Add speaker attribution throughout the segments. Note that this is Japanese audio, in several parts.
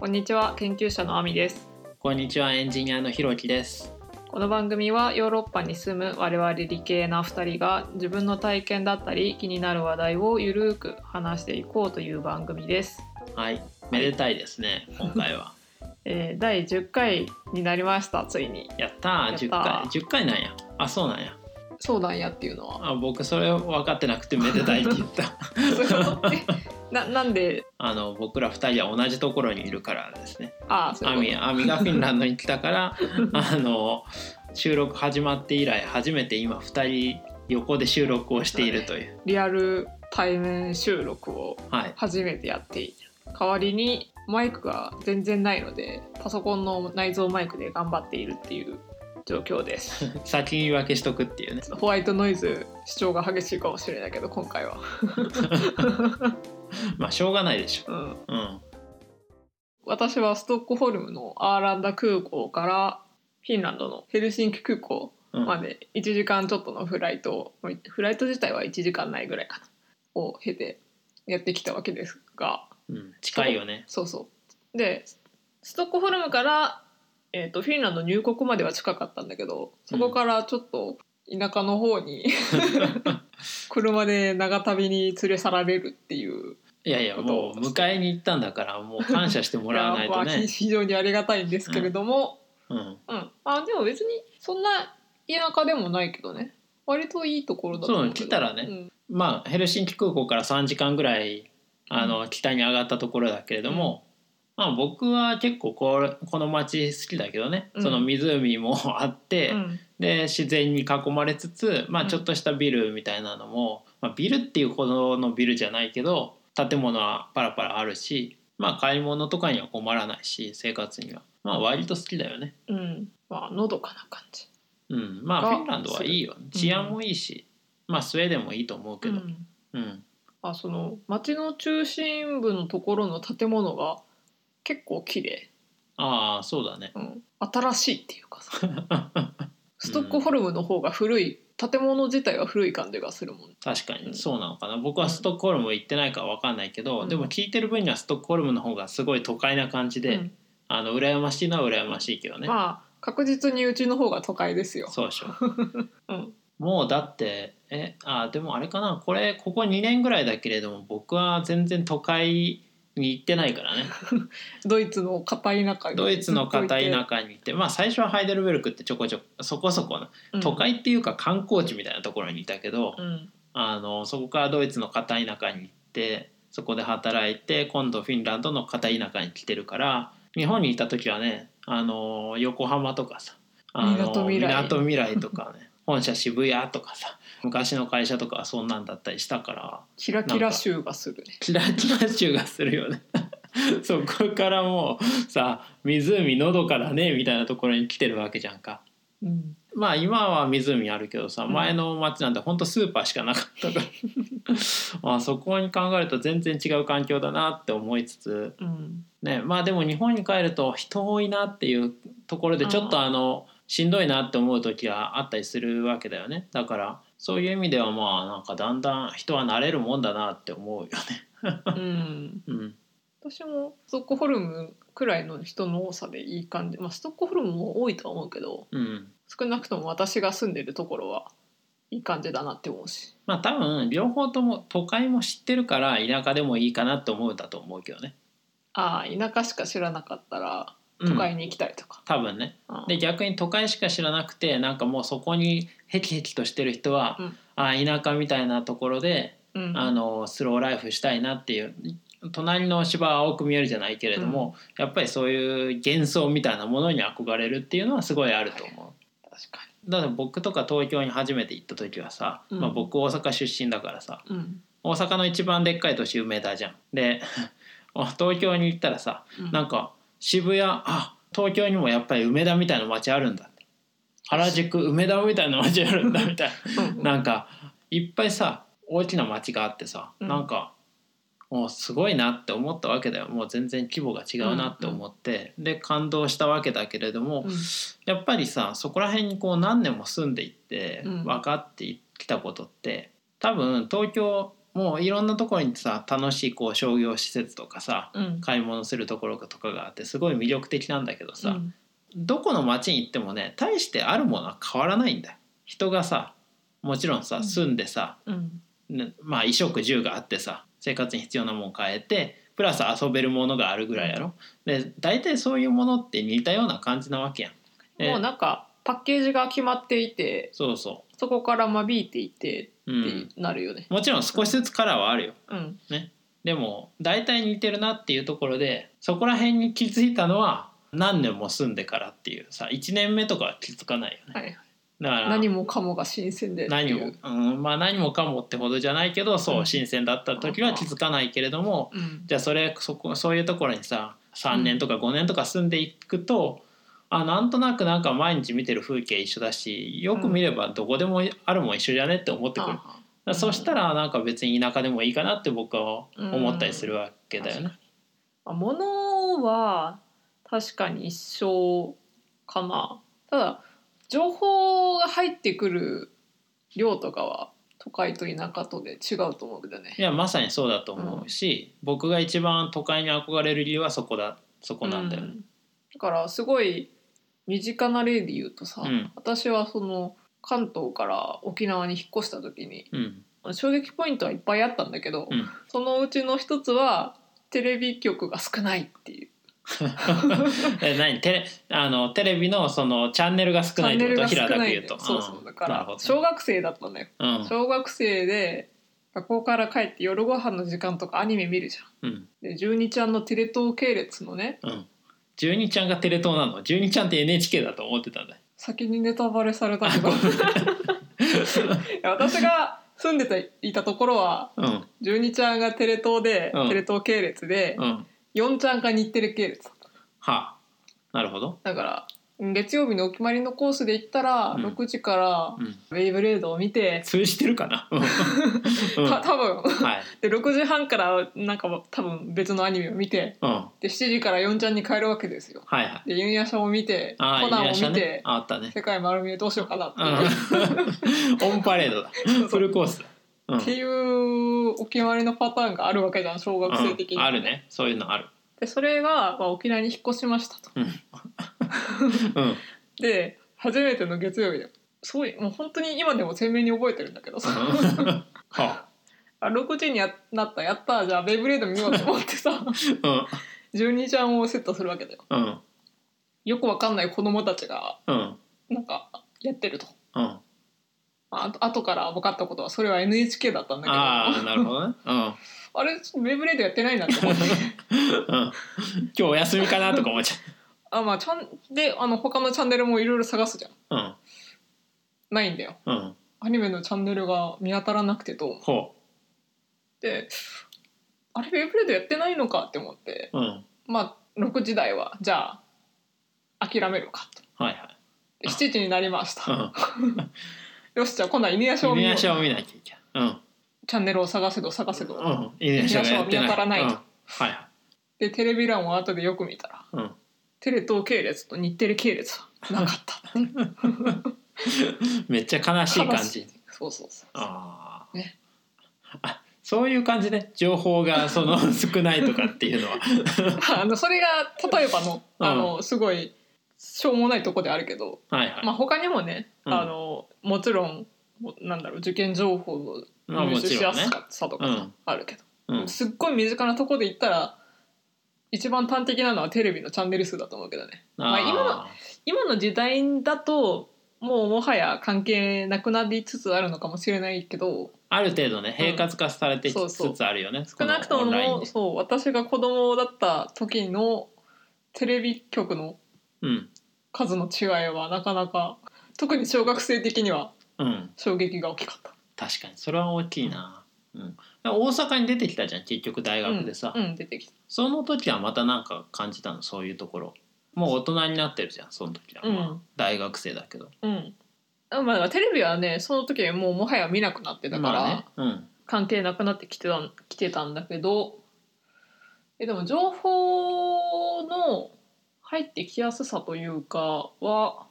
Speaker 1: こんにちは研究者のあみです
Speaker 2: こんにちはエンジニアのひろきです。
Speaker 1: この番組はヨーロッパに住む我々理系な2人が自分の体験だったり気になる話題をゆるーく話していこうという番組です、
Speaker 2: はい、めでたいですね。今回は。
Speaker 1: えー第10回になりましたついに
Speaker 2: やった
Speaker 1: や
Speaker 2: ー、
Speaker 1: った
Speaker 2: 十
Speaker 1: ー
Speaker 2: 回、十回なんや。あ、そうなんや。
Speaker 1: そうなんやっていうの は
Speaker 2: あ、僕それ分かってなくてめでたいって 言った。
Speaker 1: ななんで
Speaker 2: あの僕ら二人は同じところにいるからですね。
Speaker 1: ああそう
Speaker 2: ア
Speaker 1: いう
Speaker 2: ミ、アミがフィンランドに来た から、あの収録始まって以来初めて今二人横で収録をしているという。
Speaker 1: ことリアル対面収録を
Speaker 2: はい。
Speaker 1: 初めてやって代わりにマイクが全然ないのでパソコンの内蔵マイクで頑張っているっていう状況です
Speaker 2: 先に言い訳しとくっていうね。
Speaker 1: ホワイトノイズ主張が激しいかもしれないけど今回は、
Speaker 2: まあしょうがないでしょ。
Speaker 1: うん、
Speaker 2: うん。
Speaker 1: 私はストックホルムのアーランダ空港からフィンランドのヘルシンキ空港
Speaker 2: うん、
Speaker 1: まで1時間ちょっとのフライトをフライト自体は1時間ないぐらいかなを経てやってきたわけですが
Speaker 2: うん、近いよね。
Speaker 1: そうそうでストックホルムから、えー、とフィンランド入国までは近かったんだけどそこからちょっと田舎の方に車で長旅に連れ去られるっていう
Speaker 2: いやいやもう迎えに行ったんだからもう感謝してもらわないと
Speaker 1: い やまあ
Speaker 2: ね。
Speaker 1: 非常にありがたいんですけれども、
Speaker 2: うん、
Speaker 1: うんあでも別にそんな田舎でもないけどね割といいところだと思うけど
Speaker 2: そう来たらね
Speaker 1: うん
Speaker 2: まあヘルシンキ空港から3時間ぐらいあの北に上がったところだけれども、まあ、僕は結構これこの町好きだけどね、
Speaker 1: うん
Speaker 2: その湖もあって、
Speaker 1: うん
Speaker 2: で自然に囲まれつつ、ま
Speaker 1: う
Speaker 2: あ、
Speaker 1: ん
Speaker 2: ちょっとしたビルみたいなのも、まあ、ビルっていうほどのビルじゃないけど建物はパラパラあるし、まあ、買い物とかには困らないし生活には、まあ、割と好きだよね。
Speaker 1: うんまあのどかな感じ、
Speaker 2: うん、ま
Speaker 1: が
Speaker 2: あフィンランドはいいよ治安もいいし、まあスウェーデンもいいと思うけど、
Speaker 1: うん
Speaker 2: うん、
Speaker 1: あその町の中心部のところの建物が結構綺麗、
Speaker 2: ああそうだね
Speaker 1: うん、新しいっていうか さストックホルムの方が古い建物自体が古い感じがするもん、
Speaker 2: 確か
Speaker 1: うん
Speaker 2: にそうなのかな、僕はストックホルム行ってないから分かんないけど、
Speaker 1: うん
Speaker 2: でも聞いてる分にはストックホルムの方がすごい都会な感じで、
Speaker 1: うん
Speaker 2: あの羨ましいのは羨ましいけどね、
Speaker 1: まあ確実にうちの方が都会ですよ
Speaker 2: そうでしょ
Speaker 1: うん
Speaker 2: もうだってえあでもあれかなこれここ2年ぐらいだけれども僕は全然都会に行ってな いからね
Speaker 1: ドイツの片田舎に
Speaker 2: ドイツの片田
Speaker 1: ずっとい
Speaker 2: 舎に行ってまあ最初はハイデルベルクってちょこちょこそこそこの
Speaker 1: てうん
Speaker 2: 都会っていうか観光地みたいなところにいたけど、
Speaker 1: うん
Speaker 2: あのそこからドイツの片田舎に行ってそこで働いて今度フィンランドの片田舎に来てるから日本にいた時はねあの横浜とかさあの
Speaker 1: 港未来
Speaker 2: 港未来とかね 本社渋谷とかさ昔の会社とかはそんなんだったりしたから
Speaker 1: キラキラ州がするね
Speaker 2: キラキラ臭がするよね そこからもうさ湖のどかだねみたいなところに来てるわけじゃんか。
Speaker 1: うん
Speaker 2: まあ今は湖あるけどさ
Speaker 1: うん
Speaker 2: 前の町なんてほんとスーパーしかなかったから まあそこに考えると全然違う環境だなって思いつつ
Speaker 1: うん
Speaker 2: ねまあでも日本に帰ると人多いなっていうところでちょっとあのしんどいなって思う時があったりするわけだよねだからそういう意味ではまあなんかだんだん人は慣れるもんだなって思うよね。
Speaker 1: うん
Speaker 2: うん、
Speaker 1: 私もストックホルムくらいの人の多さでいい感じまあストックホルムも多いとは思うけど、
Speaker 2: うん
Speaker 1: 少なくとも私が住んでるところはいい感じだなって思うし
Speaker 2: まあ多分両方とも都会も知ってるから田舎でもいいかなって思うんだと思うけどね。
Speaker 1: ああ田舎しか知らなかったら
Speaker 2: うん
Speaker 1: 都会に行きたいとか、
Speaker 2: 多分ね
Speaker 1: ああ
Speaker 2: で逆に都会しか知らなくてなんかもうそこにヘキヘキとしてる人は、
Speaker 1: うん
Speaker 2: あ田舎みたいなところで、
Speaker 1: うん
Speaker 2: あのスローライフしたいなっていう隣の芝は青く見えるじゃないけれども、やっぱりそういう幻想みたいなものに憧れるっていうのはすごいあると思う。
Speaker 1: 確か
Speaker 2: だから僕とか東京に初めて行った時はさ、
Speaker 1: うん
Speaker 2: まあ、僕大阪出身だからさ
Speaker 1: に、うん
Speaker 2: 大阪の一番でっかい都市梅田じゃん。で 東京に行ったらさ
Speaker 1: うん、
Speaker 2: なんか渋谷あ東京にもやっぱり梅田みたいな街あるんだって原宿梅田みたいな街あるんだみたい
Speaker 1: うん
Speaker 2: ななんかいっぱいさ大きな街があってさ、
Speaker 1: うん
Speaker 2: なんかもうすごいなって思ったわけだよもう全然規模が違うなって思って、で感動したわけだけれども、やっぱりさそこら辺にこう何年も住んでいって
Speaker 1: うん
Speaker 2: 分かってきたことって多分東京もういろんなところにさ楽しいこう商業施設とかさ
Speaker 1: うん
Speaker 2: 買い物するところとかがあってすごい魅力的なんだけどさ、
Speaker 1: うん
Speaker 2: どこの町に行ってもね大してあるものは変わらないんだよ人がさもちろん
Speaker 1: う
Speaker 2: さ
Speaker 1: ん
Speaker 2: 住んでさ、
Speaker 1: うん
Speaker 2: ねまあ衣食住があってさ生活に必要なもん変えてプラス遊べるものがあるぐらいやろで大体そういうものって似たような感じなわけやんで
Speaker 1: もうなんかパッケージが決まっていて
Speaker 2: そうそ
Speaker 1: そこから間引いていて
Speaker 2: う、う
Speaker 1: っ
Speaker 2: ん、
Speaker 1: てなるよね。
Speaker 2: もちろん少しずつカラーはあるよ
Speaker 1: うん、
Speaker 2: でも大体似てるなっていうところでそこら辺に気づいたのは何年も住んでからっていうさ1年目とかは気づかないよね
Speaker 1: はい、
Speaker 2: だから
Speaker 1: 何もかもが新鮮でってい
Speaker 2: 何も
Speaker 1: う、
Speaker 2: うん、まあ何もかもってほどじゃないけどそううん新鮮だった時は気づかないけれども
Speaker 1: うん
Speaker 2: じゃあそれそこそういうところにさ3年とか5年とか住んでいくと、あなんとなくなんか毎日見てる風景一緒だしよく見ればどこでもあるもん一緒じゃねって思ってくる、だか
Speaker 1: あ
Speaker 2: らそしたらなんか別に田舎でもいいかなって僕は思ったりするわけだよね。
Speaker 1: あ物は確かに一緒かなただ情報が入ってくる量とかは都会と田舎とで違うと思うけどね
Speaker 2: い。やまさにそうだと思うし、僕が一番都会に憧れる理由はそこだそこなんだよ
Speaker 1: う
Speaker 2: ね。
Speaker 1: んだからすごい身近な例で言うとさ、
Speaker 2: うん
Speaker 1: 私はその関東から沖縄に引っ越した時に
Speaker 2: うん
Speaker 1: 衝撃ポイントはいっぱいあったんだけど、
Speaker 2: うん
Speaker 1: そのうちの一つはテレビ局が少ないっていう
Speaker 2: え何テレあのテレビのそのチャンネルが
Speaker 1: チ
Speaker 2: 少な
Speaker 1: ャ
Speaker 2: いっ
Speaker 1: ン
Speaker 2: て
Speaker 1: ネ
Speaker 2: こ
Speaker 1: ル
Speaker 2: と
Speaker 1: が少
Speaker 2: 平たく
Speaker 1: ない
Speaker 2: 言
Speaker 1: んだ
Speaker 2: うと
Speaker 1: よそうそうだか
Speaker 2: なる
Speaker 1: ら
Speaker 2: ほどね
Speaker 1: 小学生だったんだよ
Speaker 2: うん
Speaker 1: 小学生で学校から帰って夜ご飯の時間とかアニメ見るじゃん。
Speaker 2: うん
Speaker 1: で12ちゃんのテレ東系列のね
Speaker 2: うん12ちゃんがテレ東なの12ちゃんって NHK だと思ってたんだよ
Speaker 1: 先にネタバレされたけどい や私が住んでたいたところは
Speaker 2: うん
Speaker 1: 12ちゃんがテレ東で、
Speaker 2: うん
Speaker 1: テレ東系列で、
Speaker 2: うん
Speaker 1: 4ちゃんが日テレ系列だった
Speaker 2: はあなるほど
Speaker 1: だからうん月曜日のお決まりのコースで行ったら、
Speaker 2: うん
Speaker 1: 6時から
Speaker 2: うん
Speaker 1: ウェイブレードを見て、
Speaker 2: 通じてるかな うんうん
Speaker 1: た
Speaker 2: は
Speaker 1: 多分
Speaker 2: い
Speaker 1: で6時半からなんか多分別のアニメを見て
Speaker 2: うんは
Speaker 1: で7時から4ちゃんに帰るわけですよ
Speaker 2: いはい
Speaker 1: でユンヤシャを見て
Speaker 2: ああ
Speaker 1: コ
Speaker 2: い
Speaker 1: ナンを
Speaker 2: らっ
Speaker 1: 見
Speaker 2: しゃ
Speaker 1: て、
Speaker 2: ねあったね
Speaker 1: 世界丸見えどうしようかなっていう
Speaker 2: うんオンパレードだ
Speaker 1: そう
Speaker 2: フルコースだうん
Speaker 1: っていうお決まりのパターンがあるわけじゃん小学生的に、
Speaker 2: うんあるねそういうのある
Speaker 1: でそれが、まあ、沖縄に引っ越しましたと
Speaker 2: うん
Speaker 1: で初めての月曜日だよすごいもう本当に今でも鮮明に覚えてるんだけどさ、
Speaker 2: はあ
Speaker 1: あ6時にやなったやったじゃあベイブレード見ようと思って さ
Speaker 2: うん
Speaker 1: 12ちゃんをセットするわけだよ
Speaker 2: うん
Speaker 1: よくわかんない子供たちが
Speaker 2: うん
Speaker 1: なんかやってると。
Speaker 2: うん
Speaker 1: まああと後から分かったことはそれは NHK だったんだけど
Speaker 2: ああ
Speaker 1: あ
Speaker 2: なるほどねうん
Speaker 1: れベイブレードやってないなって 思って
Speaker 2: うん今日お休みかなとか思っちゃ
Speaker 1: あまあちゃんであの他のチャンネルもいろいろ探すじゃん
Speaker 2: う。
Speaker 1: ないんだよ
Speaker 2: うんうん。
Speaker 1: アニメのチャンネルが見当たらなくてどう思
Speaker 2: ほ
Speaker 1: ってあれウェブレードやってないのかって思って
Speaker 2: う。うん。はい
Speaker 1: まあ6時台はじゃあ諦めるかと
Speaker 2: はい。
Speaker 1: で7時になりまし
Speaker 2: う
Speaker 1: た
Speaker 2: ん。
Speaker 1: よしじゃあ今度は犬夜叉を見
Speaker 2: 犬
Speaker 1: よう
Speaker 2: 足
Speaker 1: チ
Speaker 2: を見なきゃいけない。うん。
Speaker 1: ャンネルを探せど探せど、
Speaker 2: うん。犬足がや
Speaker 1: 犬
Speaker 2: ってない。
Speaker 1: 足は見当たらない
Speaker 2: うん
Speaker 1: と
Speaker 2: はいは
Speaker 1: でテレビ欄を後でよく見たら
Speaker 2: い。うん。
Speaker 1: テレ東系列と日テレ系列はなか ったっていう
Speaker 2: めっちゃ悲しい感
Speaker 1: 悲し
Speaker 2: じ
Speaker 1: い。そうそうそう
Speaker 2: ああ
Speaker 1: ね。
Speaker 2: あ、そういう感じね。情報がその少ないとかっていうのは。
Speaker 1: あのそれが例えばの
Speaker 2: うん
Speaker 1: あのすごいしょうもないとこであるけど、
Speaker 2: はいはい。
Speaker 1: まあ、他にもね、
Speaker 2: うん
Speaker 1: あのもちろんもなんだろう受験情報
Speaker 2: まあ
Speaker 1: の
Speaker 2: も
Speaker 1: 入手
Speaker 2: ち
Speaker 1: し
Speaker 2: ろ
Speaker 1: や
Speaker 2: んね
Speaker 1: す。かさと
Speaker 2: う
Speaker 1: か
Speaker 2: ん。
Speaker 1: あるけど、
Speaker 2: うん。
Speaker 1: すっごい身近なとこで言ったら一番端的なのはテレビのチャンネル数だと思うけどねまあ今の
Speaker 2: あ
Speaker 1: 今の時代だともうもはや関係なくなりつつあるのかもしれないけど
Speaker 2: ーある程度ね、平滑化されてき
Speaker 1: そう
Speaker 2: つ
Speaker 1: そう
Speaker 2: つあるよね。
Speaker 1: 少なくと
Speaker 2: このオンライン
Speaker 1: も
Speaker 2: で
Speaker 1: そう私が子供だった時のテレビ局の
Speaker 2: うん。
Speaker 1: 数の違いはなかなか特に小学生的には
Speaker 2: うん。
Speaker 1: 衝撃が大きかった。
Speaker 2: 確かにそれは大きいな、うん、大阪に出てきたじゃん結局大学でさ、
Speaker 1: うんうん出てきた。
Speaker 2: その時はまたなんか感じたのそういうところもう大人になってるじゃんその時は、
Speaker 1: うん
Speaker 2: まあ大学生だけど
Speaker 1: うん。あまあテレビはねその時はもうもはや見なくなってたから、
Speaker 2: まあね
Speaker 1: 関係なくなってきてたん来てたんだけどえでも情報の入ってきやすさというかは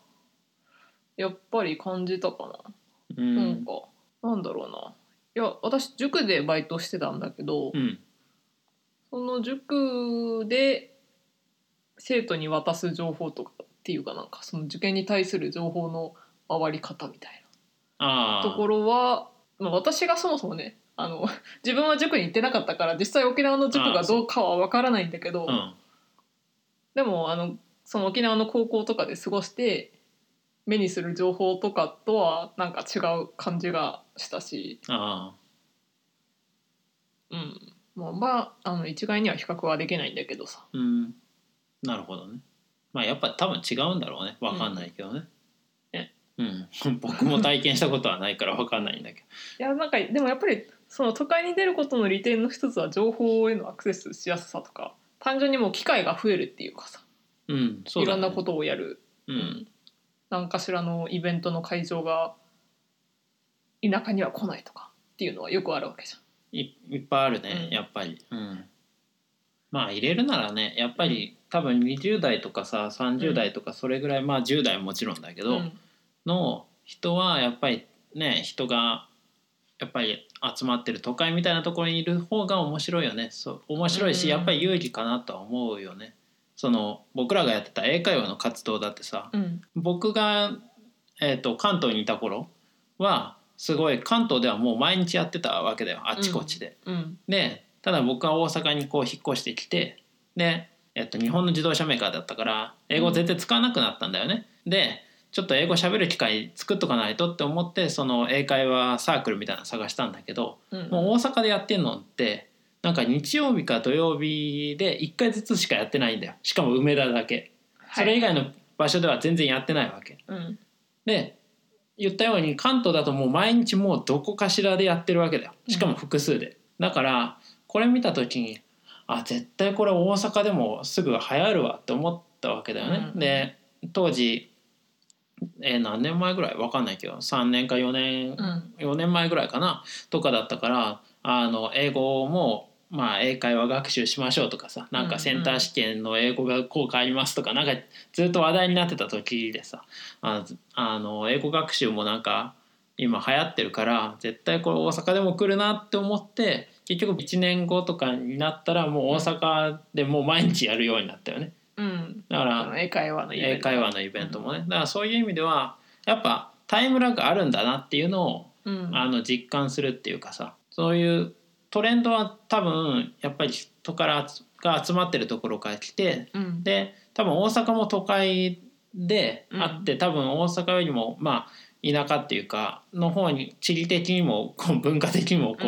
Speaker 1: やっぱり感じたかな。
Speaker 2: うん、うん
Speaker 1: なんかなんだろうないや私塾でバイトしてたんだけど、
Speaker 2: うん
Speaker 1: その塾で生徒に渡す情報とかっていうかなんかその受験に対する情報の回り方みたい
Speaker 2: あ
Speaker 1: な
Speaker 2: あ
Speaker 1: ところは、まあ、私がそもそもねあの 自分は塾に行ってなかったから実際沖縄の塾
Speaker 2: あ
Speaker 1: が
Speaker 2: ーそう
Speaker 1: どうかは分からないんだけど、
Speaker 2: うん
Speaker 1: でもあのその沖縄の高校とかで過ごして目にする情報とかとはなんか違う感じがしたし、
Speaker 2: あ
Speaker 1: うん、まあまああの一概には比較はできないんだけどさ
Speaker 2: あうんなるほどねまあやっぱ多分違うんだろうねわかんないけどね、
Speaker 1: うんね
Speaker 2: うん 僕も体験したことはないからわかんないんだけ
Speaker 1: いやなんかでもやっぱりその都会に出ることの利点の一つは情報へのアクセスしやすさとか単純にもう機会が増えるっていうかさ
Speaker 2: どうんそう
Speaker 1: い
Speaker 2: だ
Speaker 1: ろ
Speaker 2: ね
Speaker 1: んなことをやる
Speaker 2: うん
Speaker 1: 何かしらのイベントの会場が田舎には来ないとかっていうのはよくあるわけじゃん。
Speaker 2: いいっぱいあるね、
Speaker 1: うん
Speaker 2: やっぱり、うん、まあ入れるならねやっぱり多分20代とかさ30代とかそれぐらい、まあ10代もちろんだけど、
Speaker 1: うん
Speaker 2: の人はやっぱりね人がやっぱり集まってる都会みたいなところにいる方が面白いよねそう面白いし、
Speaker 1: うん
Speaker 2: やっぱり有利かなとは思うよねその僕らがやってた英会話の活動だってさ、
Speaker 1: うん
Speaker 2: 僕が、えー、と関東にいた頃はすごい関東ではもう毎日やってたわけだよあっちこっちで。
Speaker 1: うん
Speaker 2: でただ僕は大阪にこう引っ越してきてで、えっと、日本の自動車メーカーだったから英語全然使わなくなったんだよね。でちょっと英語喋る機会作っとかないとって思ってその英会話サークルみたいなの探したんだけど
Speaker 1: うん
Speaker 2: もう大阪でやってんのってなんか日曜日か土曜日で1回ずつしかやってないんだよしかも梅田だけそれ以外の場所では全然やってないわけ
Speaker 1: うん
Speaker 2: で言ったように関東だともう毎日もうどこかしらでやってるわけだよしかも複数で、だからこれ見た時にあ絶対これ大阪でもすぐ流行るわって思ったわけだよね、
Speaker 1: うん
Speaker 2: で当時、えー何年前ぐらいわかんないけど3年か4年
Speaker 1: うん
Speaker 2: 4年前ぐらいかなとかだったからあの英語も、まあ、英会話学習しましょうとかさなん
Speaker 1: うんうん
Speaker 2: かセンター試験の英語学校がありますとかなんかずっと話題になってた時でさああの英語学習もなんか今流行ってるから絶対これ大阪でも来るなって思って結局1年後とかになったらもう大阪でもう毎日やるようになったよね。
Speaker 1: うん
Speaker 2: だから
Speaker 1: あの英会話のイベ
Speaker 2: 英
Speaker 1: ント
Speaker 2: 会話のイベントもね、だからそういう意味ではやっぱタイムラグあるんだなっていうのを
Speaker 1: うん
Speaker 2: あの実感するっていうかさそういうトレンドは多分やっぱり人から集が集まってるところから来て
Speaker 1: うん
Speaker 2: で多分大阪も都会で
Speaker 1: うん
Speaker 2: あって、多分大阪よりもまあ田舎っていうかの方に地理的にもこう文化的にもこう、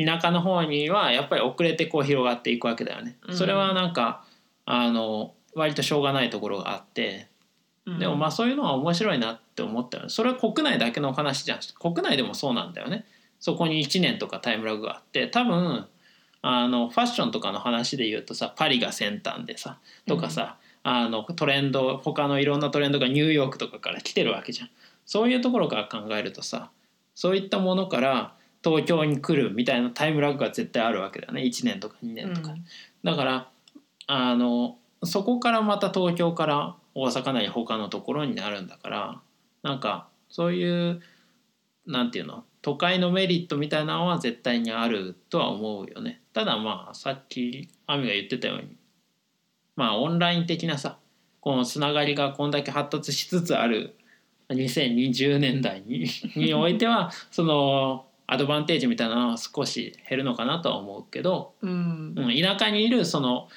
Speaker 1: う
Speaker 2: 田舎の方にはやっぱり遅れてこう広がっていくわけだよね。
Speaker 1: うん
Speaker 2: それはなんかあの割としょうがないところがあって
Speaker 1: んうん
Speaker 2: でもまあそういうのは面白いなって思ったよねそれは国内だけのお話じゃん国内でもそうなんだよねそこに1年とかタイムラグがあって多分あのファッションとかの話で言うとさパリが先端でさとかさ、あのトレンド他のいろんなトレンドがニューヨークとかから来てるわけじゃんそういうところから考えるとさそういったものから東京に来るみたいなタイムラグが絶対あるわけだよね1年とか2年とか、だからあのそこからまた東京から大阪なり他のところになるんだからなんかそういうなんていうの都会のメリットみたいなのは絶対にあるとは思うよねただまあさっき亜美が言ってたようにまあオンライン的なさこのつながりがこんだけ発達しつつある2020年代ににおいてはそのアドバンテージみたいなのは少し減るのかなとは思うけど、
Speaker 1: うん
Speaker 2: うん、田舎にいるその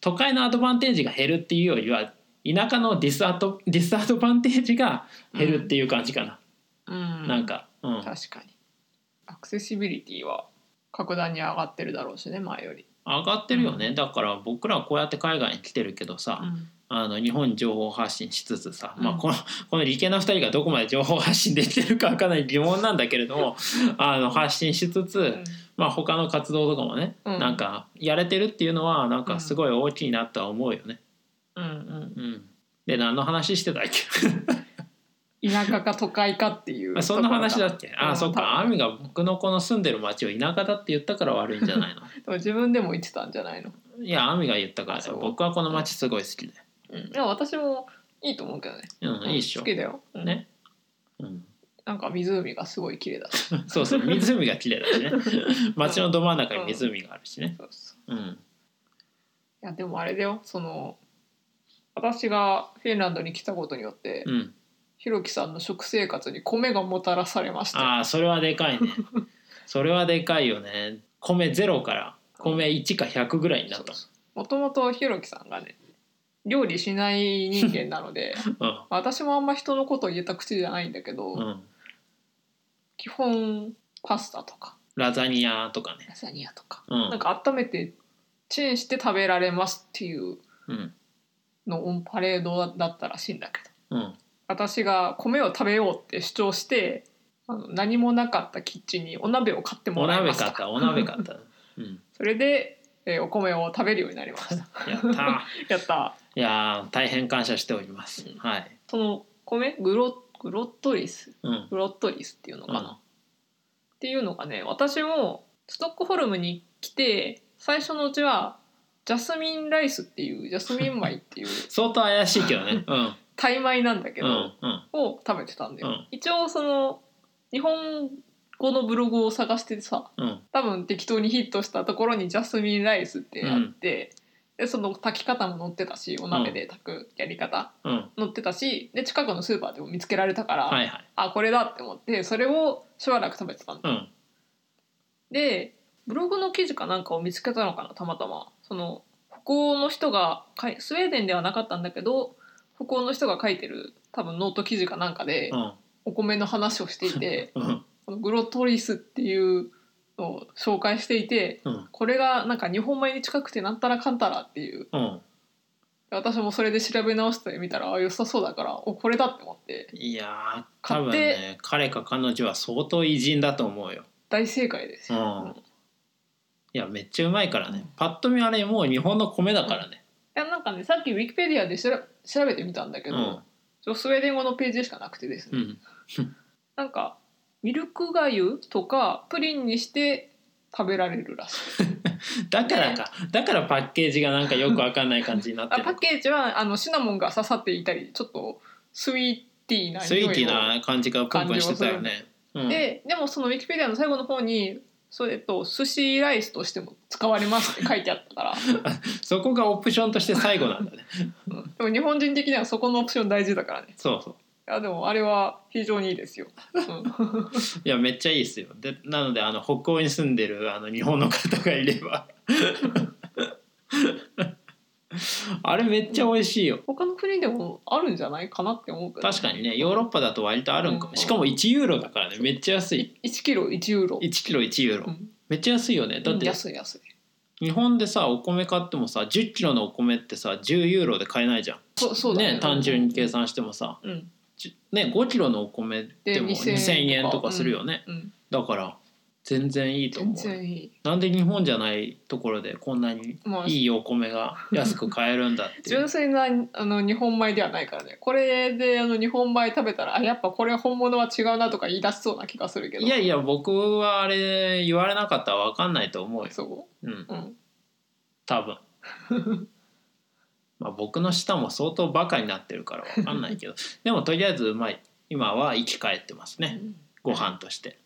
Speaker 2: 都会のアドバンテージが減るっていうよりは田舎のディスアドディスアドバンテージが減るっていう感じかな、
Speaker 1: うん
Speaker 2: なんか、うん、
Speaker 1: 確かにアクセシビリティは格段に上がってるだろうしね前より、
Speaker 2: 上がってるよねだから僕らはこうやって海外に来てるけどさ、あの日本に情報発信しつつさ、まあ、
Speaker 1: うん
Speaker 2: この この理系の2人がどこまで情報発信できてるかかなり疑問なんだけれどもあの発信しつつ、まあ、他の活動とかもね、
Speaker 1: うん
Speaker 2: なんかやれてるっていうのはなんかすごい大きいなとは思うよね。
Speaker 1: うんうん
Speaker 2: うん、で何の話してたっけ
Speaker 1: 田舎か都会かっていう
Speaker 2: あそんな話だっけあ
Speaker 1: うん
Speaker 2: そっかアミが僕のこの住んでる町を田舎だって言ったから悪いんじゃないの
Speaker 1: でも自分でも言ってたんじゃないの、
Speaker 2: いやアミが言ったから
Speaker 1: あ
Speaker 2: だ
Speaker 1: そ
Speaker 2: よ
Speaker 1: う
Speaker 2: 僕はこの町すごい好きで
Speaker 1: うん、いや私もいいと思うけどね、
Speaker 2: うんいいっしょ
Speaker 1: 好きだよ、うん
Speaker 2: ね、うん、
Speaker 1: なんか湖がすごい綺麗だ し
Speaker 2: そうそう湖が綺麗だしね 街のど真ん中に湖があるしね、
Speaker 1: そうそう
Speaker 2: うん、
Speaker 1: いやでもあれだよその私がフィンランドに来たことによって、
Speaker 2: うん、
Speaker 1: ひろきさんの食生活に米がもたらされましたよ
Speaker 2: ああそれはでかいねそれはでかいよね米ゼロから米1か100ぐらいになった
Speaker 1: もともとひろきさんがね料理しない人間なの で
Speaker 2: うん
Speaker 1: 私もあんま人のことを言えた口じゃないんだけど、
Speaker 2: うん、
Speaker 1: 基本パスタとか
Speaker 2: ラザニアとかね、
Speaker 1: ラザニアとか、
Speaker 2: うん
Speaker 1: なんか温めてチンして食べられますっていう
Speaker 2: うん
Speaker 1: のオンパレードだったらしいんだけど
Speaker 2: うん、
Speaker 1: 私が米を食べようって主張してあの何もなかったキッチンにお鍋を買っても
Speaker 2: お
Speaker 1: らい
Speaker 2: 鍋
Speaker 1: まし
Speaker 2: 買
Speaker 1: た
Speaker 2: ったお鍋買った、うん、
Speaker 1: それで、えーお米を食べるようになりま した
Speaker 2: やったー
Speaker 1: やった
Speaker 2: いやー大変感謝しております、はい、
Speaker 1: その米グログロットリス
Speaker 2: うん、
Speaker 1: グロットリスっていうのかな、
Speaker 2: うん
Speaker 1: っていうのがね私もストックホルムに来て最初のうちはジャスミンライスっていうジャスミン米っ ていう
Speaker 2: 相当怪しいけど ねうん
Speaker 1: タイ米なんだけ
Speaker 2: う
Speaker 1: ど、
Speaker 2: んうん
Speaker 1: を食べてたんだよ、
Speaker 2: うん
Speaker 1: 一応その日本語のブログを探してさ
Speaker 2: うん
Speaker 1: 多分適当にヒットしたところにジャスミンライスってあって、でその炊き方も載ってたしお鍋で炊くやり方
Speaker 2: うん
Speaker 1: 載ってたしで近くのスーパーでも見つけられたから、
Speaker 2: はいはい
Speaker 1: あこれだって思ってそれをしばらく食べてたんだよ
Speaker 2: うん
Speaker 1: でブログの記事かなんかを見つけたのかなたまたまその北欧の人がかいスウェーデンではなかったんだけど北欧の人が書いてる多分ノート記事かなんかで
Speaker 2: うん
Speaker 1: お米の話をしていて
Speaker 2: うん
Speaker 1: このグロトリスっていうのを紹介していて
Speaker 2: うん
Speaker 1: これがなんか日本米に近くてなんたらかんたらっていう
Speaker 2: うん
Speaker 1: 私もそれで調べ直してみたらあ良さそうだからおこれだって思って
Speaker 2: いやー
Speaker 1: 買
Speaker 2: 多
Speaker 1: って
Speaker 2: 分ね彼か彼女は相当偉人だと思うよ
Speaker 1: 大正解です
Speaker 2: う
Speaker 1: よ、
Speaker 2: んいやめっちゃうまいからねパッと見あれもう日本の米だからね
Speaker 1: いやなんかねさっきウィキペディアでしら調べてみたんだけ
Speaker 2: う
Speaker 1: ど、
Speaker 2: ん
Speaker 1: ちょスウェーデン語のページしかなくてですね、
Speaker 2: うん
Speaker 1: なんかミルクがゆとかプリンにして食べられるらしい
Speaker 2: だからかだからパッケージがなんかよくわかんない感じになって
Speaker 1: あ
Speaker 2: る
Speaker 1: パッケージはあのシナモンが刺さっていたりちょっとスイーティーな
Speaker 2: スイ
Speaker 1: 匂
Speaker 2: ーティ
Speaker 1: い
Speaker 2: ー
Speaker 1: を
Speaker 2: な感じがプンプンしてたよねうん
Speaker 1: ででもそのウィキペディアの最後の方にそれと寿司ライスとしても使われますって書いてあった から、
Speaker 2: そこがオプションとして最後なんだね
Speaker 1: うんでも日本人的にはそこのオプション大事だからね
Speaker 2: そうそう
Speaker 1: いやでもあれは非常にいいですよ、うん
Speaker 2: いやめっちゃいいですよでなのであの北欧に住んでるあの日本の方がいれば あれめっちゃ美味しいよ
Speaker 1: 他の国でもあるんじゃないかなって思うけど
Speaker 2: 確かにねヨーロッパだと割とあるんか
Speaker 1: う
Speaker 2: も
Speaker 1: ん
Speaker 2: しかも1ユーロだからねめっちゃ安い
Speaker 1: 1キロ1ユーロ
Speaker 2: 1キロ1ユー
Speaker 1: う
Speaker 2: ロ
Speaker 1: ん
Speaker 2: めっちゃ安いよねだって
Speaker 1: 安い安い
Speaker 2: 日本でさお米買ってもさ1 0キロのお米ってさ10ユーロで買えないじゃん
Speaker 1: そうそうだね
Speaker 2: ね単純に計算してもさ
Speaker 1: うん
Speaker 2: じゅね5キロのお米でも
Speaker 1: で2000
Speaker 2: 2000円とかするよね
Speaker 1: うん
Speaker 2: だから全然いいと
Speaker 1: 全
Speaker 2: 思う
Speaker 1: 然いい
Speaker 2: なんで日本じゃないところでこんなに
Speaker 1: まあ
Speaker 2: いいお米が安く買えるんだって いう
Speaker 1: 純粋なあの日本米ではないからねこれであの日本米食べたらあやっぱこれ本物は違うなとか言い出しそうな気がするけど
Speaker 2: いやいや僕はあれ言われなかったら分かんないと思うよ、
Speaker 1: そ
Speaker 2: うん、
Speaker 1: う、うん、
Speaker 2: 多分 まあ僕の舌も相当バカになってるから分かんないけど でもとりあえずうまい今は生き返ってますねご飯として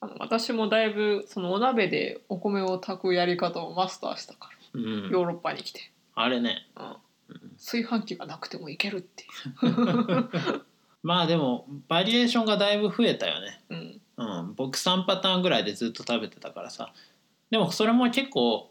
Speaker 1: あの私もだいぶそのお鍋でお米を炊くやり方をマスターしたか
Speaker 2: う
Speaker 1: ら、
Speaker 2: ん
Speaker 1: ヨーロッパに来て、
Speaker 2: あれね
Speaker 1: うん、
Speaker 2: うん
Speaker 1: 炊飯器がなくてもいけるってい
Speaker 2: まあでもバリエーションがだいぶ増えたよね
Speaker 1: う、うん、
Speaker 2: うん、僕3パターンぐらいでずっと食べてたからさでもそれも結構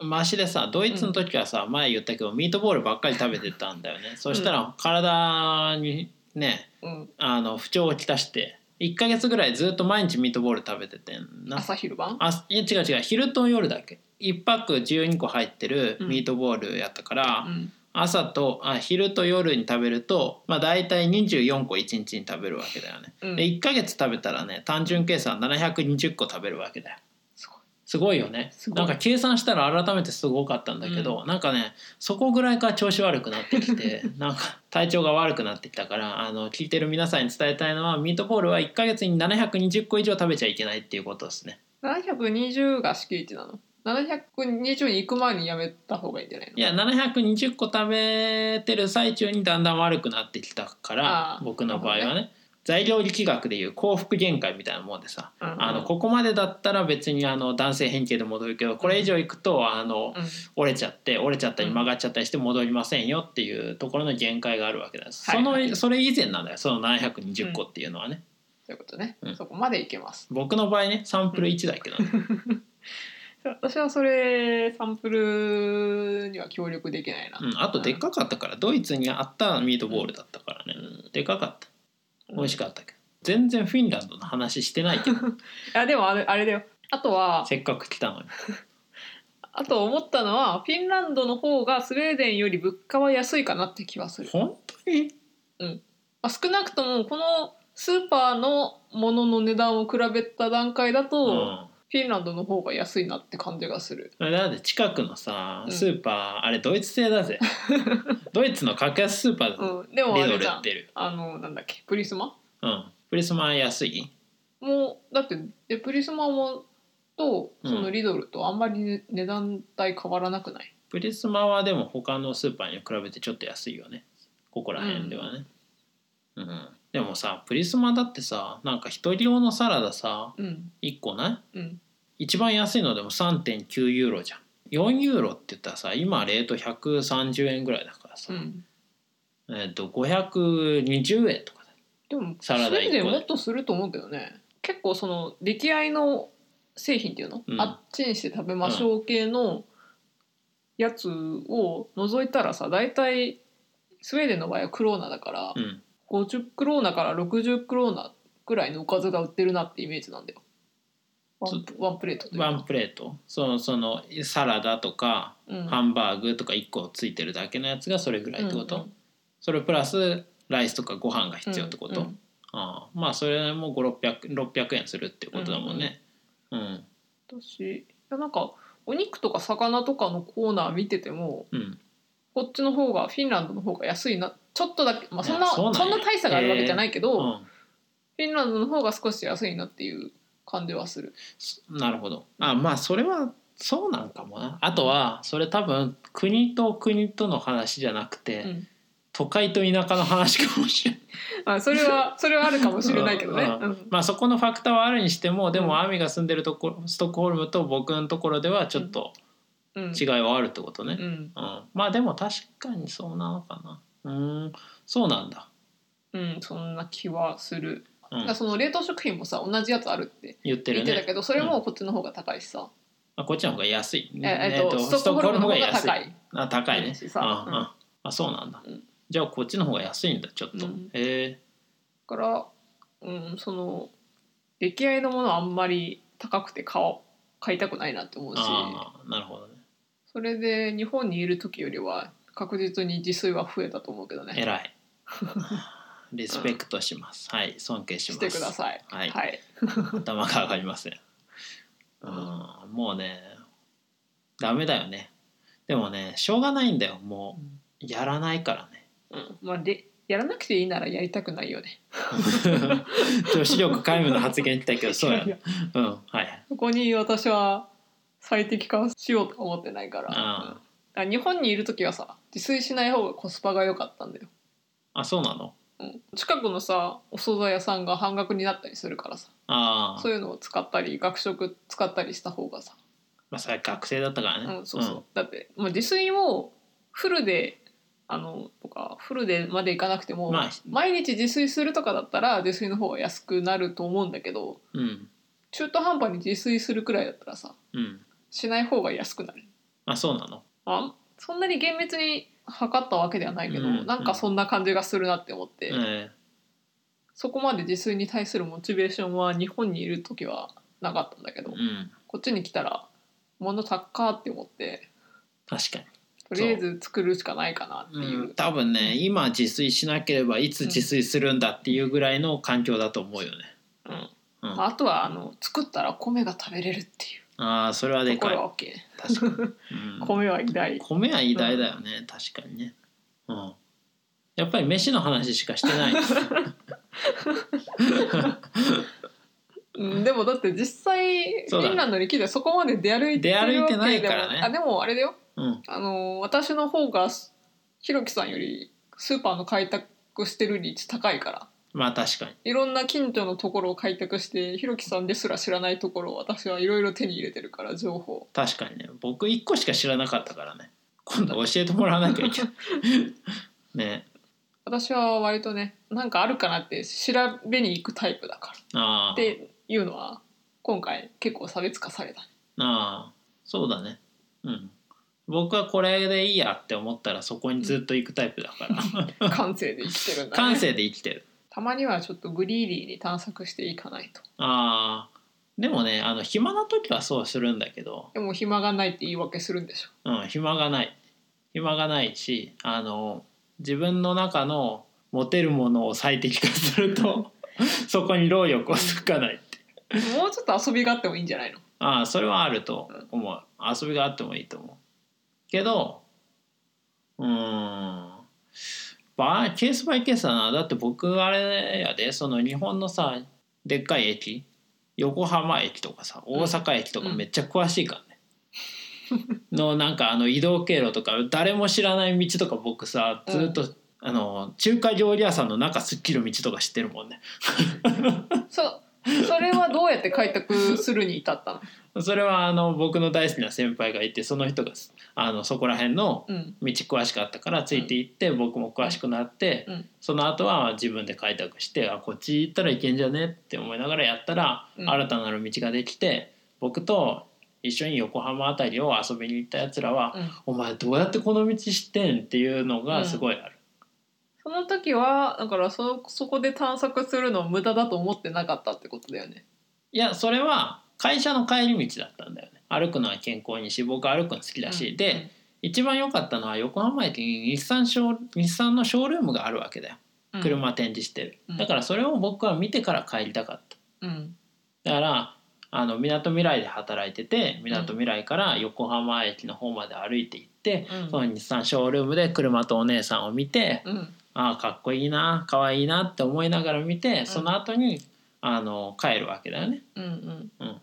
Speaker 2: マシでさドイツの時はさ、前言ったけどミートボールばっかり食べてたんだよね、そしたら体にね
Speaker 1: うん、
Speaker 2: あの不調をきたして1ヶ月ぐらいずっと毎日ミートボール食べててんな
Speaker 1: 朝昼晩
Speaker 2: あいや違う違う昼と夜だけ1パック12個入ってるミートボールやったから、
Speaker 1: うん
Speaker 2: 朝とあ昼と夜に食べると、まあ、大体24個1日に食べるわけだよね、
Speaker 1: うん
Speaker 2: で1ヶ月食べたらね単純計算720個食べるわけだよ
Speaker 1: すごい
Speaker 2: すごいよね
Speaker 1: すごい
Speaker 2: なんか計算したら改めてすごかったんだけど、なんかねそこぐらいから調子悪くなってきて なんか体調が悪くなってきたからあの聞いてる皆さんに伝えたいのはミートボールは1ヶ月に720個以上食べちゃいけないっていうことですね
Speaker 1: 720が敷地なの720に行く前にやめた方がいいんじゃないの
Speaker 2: いや720個食べてる最中にだんだん悪くなってきたから
Speaker 1: あー
Speaker 2: 僕の場合は
Speaker 1: な
Speaker 2: ね材料力学でいう幸福限界みたいなもんでさ、
Speaker 1: うん
Speaker 2: あのここまでだったら別にあの男性変形で戻るけどこれ以上いくとあの
Speaker 1: うん
Speaker 2: 折れちゃって折れちゃったり曲がっちゃったりして戻りませんよっていうところの限界があるわけだ、そ
Speaker 1: は
Speaker 2: の
Speaker 1: い
Speaker 2: それ以前なんだよその720個っていうのはね、
Speaker 1: そういうことね、
Speaker 2: うん
Speaker 1: そこまでいけます
Speaker 2: 僕の場合ねサンプル1だけどね、
Speaker 1: 私はそれサンプルには協力できないな、
Speaker 2: うん、あとでっかかったからドイツにあったミートボールだったからね、でっかかった美味し
Speaker 1: い
Speaker 2: かったけど全然フィンランドの話してない けど
Speaker 1: やでもあれあれだよあとは
Speaker 2: せっかく来たのに
Speaker 1: あと思ったのはフィンランドの方がスウェーデンより物価は安いかなって気はする、
Speaker 2: 本当に
Speaker 1: まあ、少なくともこのスーパーのものの値段を比べた段階だと、
Speaker 2: うん
Speaker 1: フィンランドの方が安いなって感じがする
Speaker 2: あれだって近くのさ
Speaker 1: うん
Speaker 2: スーパー、あれドイツ製 だぜドイツの格安スーパーだぜ、
Speaker 1: うんでもあ
Speaker 2: リド
Speaker 1: れ
Speaker 2: ル
Speaker 1: じゃ
Speaker 2: 売っ
Speaker 1: ん
Speaker 2: てる
Speaker 1: あのなんだっけプリスマ
Speaker 2: うんプリスマ安い
Speaker 1: もうだってでプリスマもと
Speaker 2: うん
Speaker 1: そのリドルとあんまりね値段帯変わらなくない、
Speaker 2: プリスマはでも他のスーパーに比べてちょっと安いよねここら辺ではねうん、でもさプリスマだってさなんか一人用のサラダさ
Speaker 1: うん
Speaker 2: 1個な
Speaker 1: うん
Speaker 2: い一番安いのでも3.9ユーロじゃん4ユーロって言ったらさ今レート130円ぐらいだからさ、
Speaker 1: うん、
Speaker 2: えっと520円とかだよ
Speaker 1: でもスウ
Speaker 2: サラ
Speaker 1: ェ
Speaker 2: ダ一個
Speaker 1: ーデンもっとすると思うんだよね結構その出来合いの製品っていうの、
Speaker 2: うん
Speaker 1: あっちにして食べましょう系のやつを除いたらさ大体スウェーデンの場合はクローナだから、
Speaker 2: うん
Speaker 1: 50クローナから60クローナぐらいのおかずが売ってるなってイメージなんだよワンワンプレートというか
Speaker 2: ワンプレートそのそのサラダとか
Speaker 1: うん
Speaker 2: ハンバーグとか1個ついてるだけのやつがそれぐらいってこと、
Speaker 1: うんうん
Speaker 2: それプラスライスとかご飯が必要ってこと、
Speaker 1: うんうん
Speaker 2: ああまあそれも500600 600円するってことだもんねうん、うん
Speaker 1: 私いやなんかお肉とか魚とかのコーナー見ててもこっちの方がフィンランドの方が安いなちょっとだけ、まあ、そんな
Speaker 2: あそう
Speaker 1: そ
Speaker 2: なん
Speaker 1: ん
Speaker 2: や
Speaker 1: な大差があるわけじゃないけど、
Speaker 2: うん
Speaker 1: フィンランドの方が少し安いなっていう感じはする。
Speaker 2: そなるほどあまあそれはそうなんかもなあとはそれ多分国と国との話じゃなくて、
Speaker 1: うん
Speaker 2: 都会と田舎の話かもしれない
Speaker 1: あそれはそれはあるかもしれないけどね。
Speaker 2: うん
Speaker 1: うん
Speaker 2: まあそこのファクターはあるにしてもで
Speaker 1: うん
Speaker 2: もアミが住んでるところストックホルムと僕のところではちょっと
Speaker 1: うん
Speaker 2: 違いはあるってことね、
Speaker 1: うん
Speaker 2: うんまあでも確かにそうなのかなうんそうなんだ、
Speaker 1: うん、そんな気はする。
Speaker 2: う
Speaker 1: だから
Speaker 2: ん、
Speaker 1: その冷凍食品もさ同じやつあるって
Speaker 2: 言って
Speaker 1: 言
Speaker 2: る
Speaker 1: ってた
Speaker 2: ね
Speaker 1: けどそれもこっちの方が高いしさ、
Speaker 2: あこっちの方が安い、
Speaker 1: ええ
Speaker 2: え
Speaker 1: っ
Speaker 2: ー
Speaker 1: とストックホルムの方が
Speaker 2: スト
Speaker 1: 高
Speaker 2: ックホルムの方が安い
Speaker 1: い。
Speaker 2: あ高いね
Speaker 1: しさ
Speaker 2: あ、
Speaker 1: うん
Speaker 2: ああそうなんだ、
Speaker 1: うん
Speaker 2: じゃあこっちの方が安いんだちょっと、
Speaker 1: うん
Speaker 2: へえ
Speaker 1: だから、うん、その出来合いのものはあんまり高くて買おう買いたくないなって思うし
Speaker 2: ああなるほどね
Speaker 1: それで日本にいる時よりは確実に自炊は増えたと思うけどね
Speaker 2: 偉いリスペクトします、はい尊敬し
Speaker 1: し
Speaker 2: ます
Speaker 1: てください
Speaker 2: はい
Speaker 1: はい、
Speaker 2: 頭が上がりません、うん、もうねダメだよねでもねしょうがないんだよもうやらないか らね
Speaker 1: うんまあ、でやらなくていいならやりたくないよね
Speaker 2: 女子力皆無の発言だけどそうや
Speaker 1: いや
Speaker 2: ね
Speaker 1: いや
Speaker 2: うんはい
Speaker 1: そこに私は最適化しようとは思ってないから
Speaker 2: あ
Speaker 1: うんだから日本にいる時はさ自炊しない方がコスパが良かったんだよ、
Speaker 2: あそうなの
Speaker 1: うん、近くのさお惣菜屋さんが半額になったりするからさ
Speaker 2: ああ
Speaker 1: そういうのを使ったり学食使ったりした方がさ、
Speaker 2: まあそれ学生だったからね
Speaker 1: うん、そうそう、だってもう自炊をフルであのとかフルでまでいかなくても、
Speaker 2: まあ
Speaker 1: 毎日自炊するとかだったら自炊の方が安くなると思うんだけど
Speaker 2: うんうん、
Speaker 1: 中途半端に自炊するくらいだったらさ
Speaker 2: うん、
Speaker 1: しない方が安くなる、
Speaker 2: あそうなの
Speaker 1: まあ、そんなに厳密に測ったわけではないけど、
Speaker 2: うん
Speaker 1: なんかそんな感じがするなって思って、
Speaker 2: え
Speaker 1: そこまで自炊に対するモチベーションは日本にいる時はなかったんだけ
Speaker 2: え
Speaker 1: ど、
Speaker 2: うん
Speaker 1: こっちに来たら物高って思って。
Speaker 2: 確かに
Speaker 1: とりあえず作るしかないかなっていう
Speaker 2: う、ん、多分ね今自炊しなければいつ自炊するんだっていうぐらいの環境だと思うよね。
Speaker 1: うん
Speaker 2: うん、
Speaker 1: まあ、あとはあの作ったら米が食べれるって
Speaker 2: ああそれは
Speaker 1: いう
Speaker 2: で
Speaker 1: とこ
Speaker 2: かい
Speaker 1: ろ。は OK ね
Speaker 2: 確 かに、うん
Speaker 1: 米は偉大
Speaker 2: 米は偉大だよね、確かにね。うん、やっぱり飯の話しかしてない。
Speaker 1: うんでもだって実際フ
Speaker 2: そうだね
Speaker 1: ィンランドに来てそこまで出歩いてるわけで
Speaker 2: 出
Speaker 1: も
Speaker 2: 歩いてないからね
Speaker 1: あでもあれだよ
Speaker 2: うん、
Speaker 1: あの私の方がひろきさんよりスーパーの開拓してる率高いから
Speaker 2: まあ確かに
Speaker 1: いろんな近所のところを開拓してひろきさんですら知らないところを私はいろいろ手に入れてるから情報
Speaker 2: 確かにね僕1個しか知らなかったからね今度教えてもらわなきゃいけない ね
Speaker 1: 私は割とねなんかあるかなって調べに行くタイプだから
Speaker 2: あ
Speaker 1: っ
Speaker 2: あ
Speaker 1: ていうのは今回結構差別化され た
Speaker 2: ああそうだねうん僕はこれでいいやって思ったらそこにずっと行くタイプだ から
Speaker 1: 感性で生きてるんだ、ね、
Speaker 2: 感性で生きてる
Speaker 1: たまにはちょっとグリーディーに探索していかないと
Speaker 2: ああでもねあの暇な時はそうするんだけど
Speaker 1: でも暇がないって言い訳するん でしょ
Speaker 2: うん、暇がない暇がないしあの自分の中の持てるものを最適化すると そこに労力をつかないって
Speaker 1: もうちょっと遊びがあってもいいんじゃないの
Speaker 2: ああそれはあると思う遊びがあってもいいと思うけどうーんばケースバイケースだなだって僕あれやでその日本のさでっかい駅横浜駅とかさ大阪駅とか
Speaker 1: うん
Speaker 2: めっちゃ詳しいからね、 のなんかあの移動経路とか誰も知らない道とか僕さずっと、あの中華料理屋さんの中すっきる道とか知ってるもんね
Speaker 1: そそれはどうやって開拓するに至ったの
Speaker 2: それはあの僕の大好きな先輩がいてその人があのそこら辺の
Speaker 1: うん
Speaker 2: 道詳しかったからついていって、僕も詳しくなって、
Speaker 1: うん
Speaker 2: その後は自分で開拓してあこっち行ったらいけんじゃねって思いながらやったら、
Speaker 1: うん
Speaker 2: 新たなる道ができて僕と一緒に横浜あたりを遊びに行ったやつらは、
Speaker 1: うん
Speaker 2: お前どうやってこの道知ってん?」っていうのがすごいある。
Speaker 1: その時はだからそそこで探索するのを無駄だと思ってなかったってことだよね
Speaker 2: いやそれは会社の帰り道だったんだよね歩くのは健康にし僕歩くの好きだし、
Speaker 1: うん
Speaker 2: で、一番良かったのは横浜駅に日産ショー日産のショールームがあるわけだよ
Speaker 1: うん
Speaker 2: 車展示してる、
Speaker 1: うん
Speaker 2: だからそれを僕は見てから帰りたかった
Speaker 1: うん
Speaker 2: だからあのみなとみらいで働いててみなとみらいから横浜駅の方まで歩いて行って、
Speaker 1: うん
Speaker 2: その日産ショールームで車とお姉さんを見て、
Speaker 1: うん
Speaker 2: ああかっこいいなかわいいなって思いながら見てその後にあの帰るわけだよね。
Speaker 1: うんうん
Speaker 2: うん、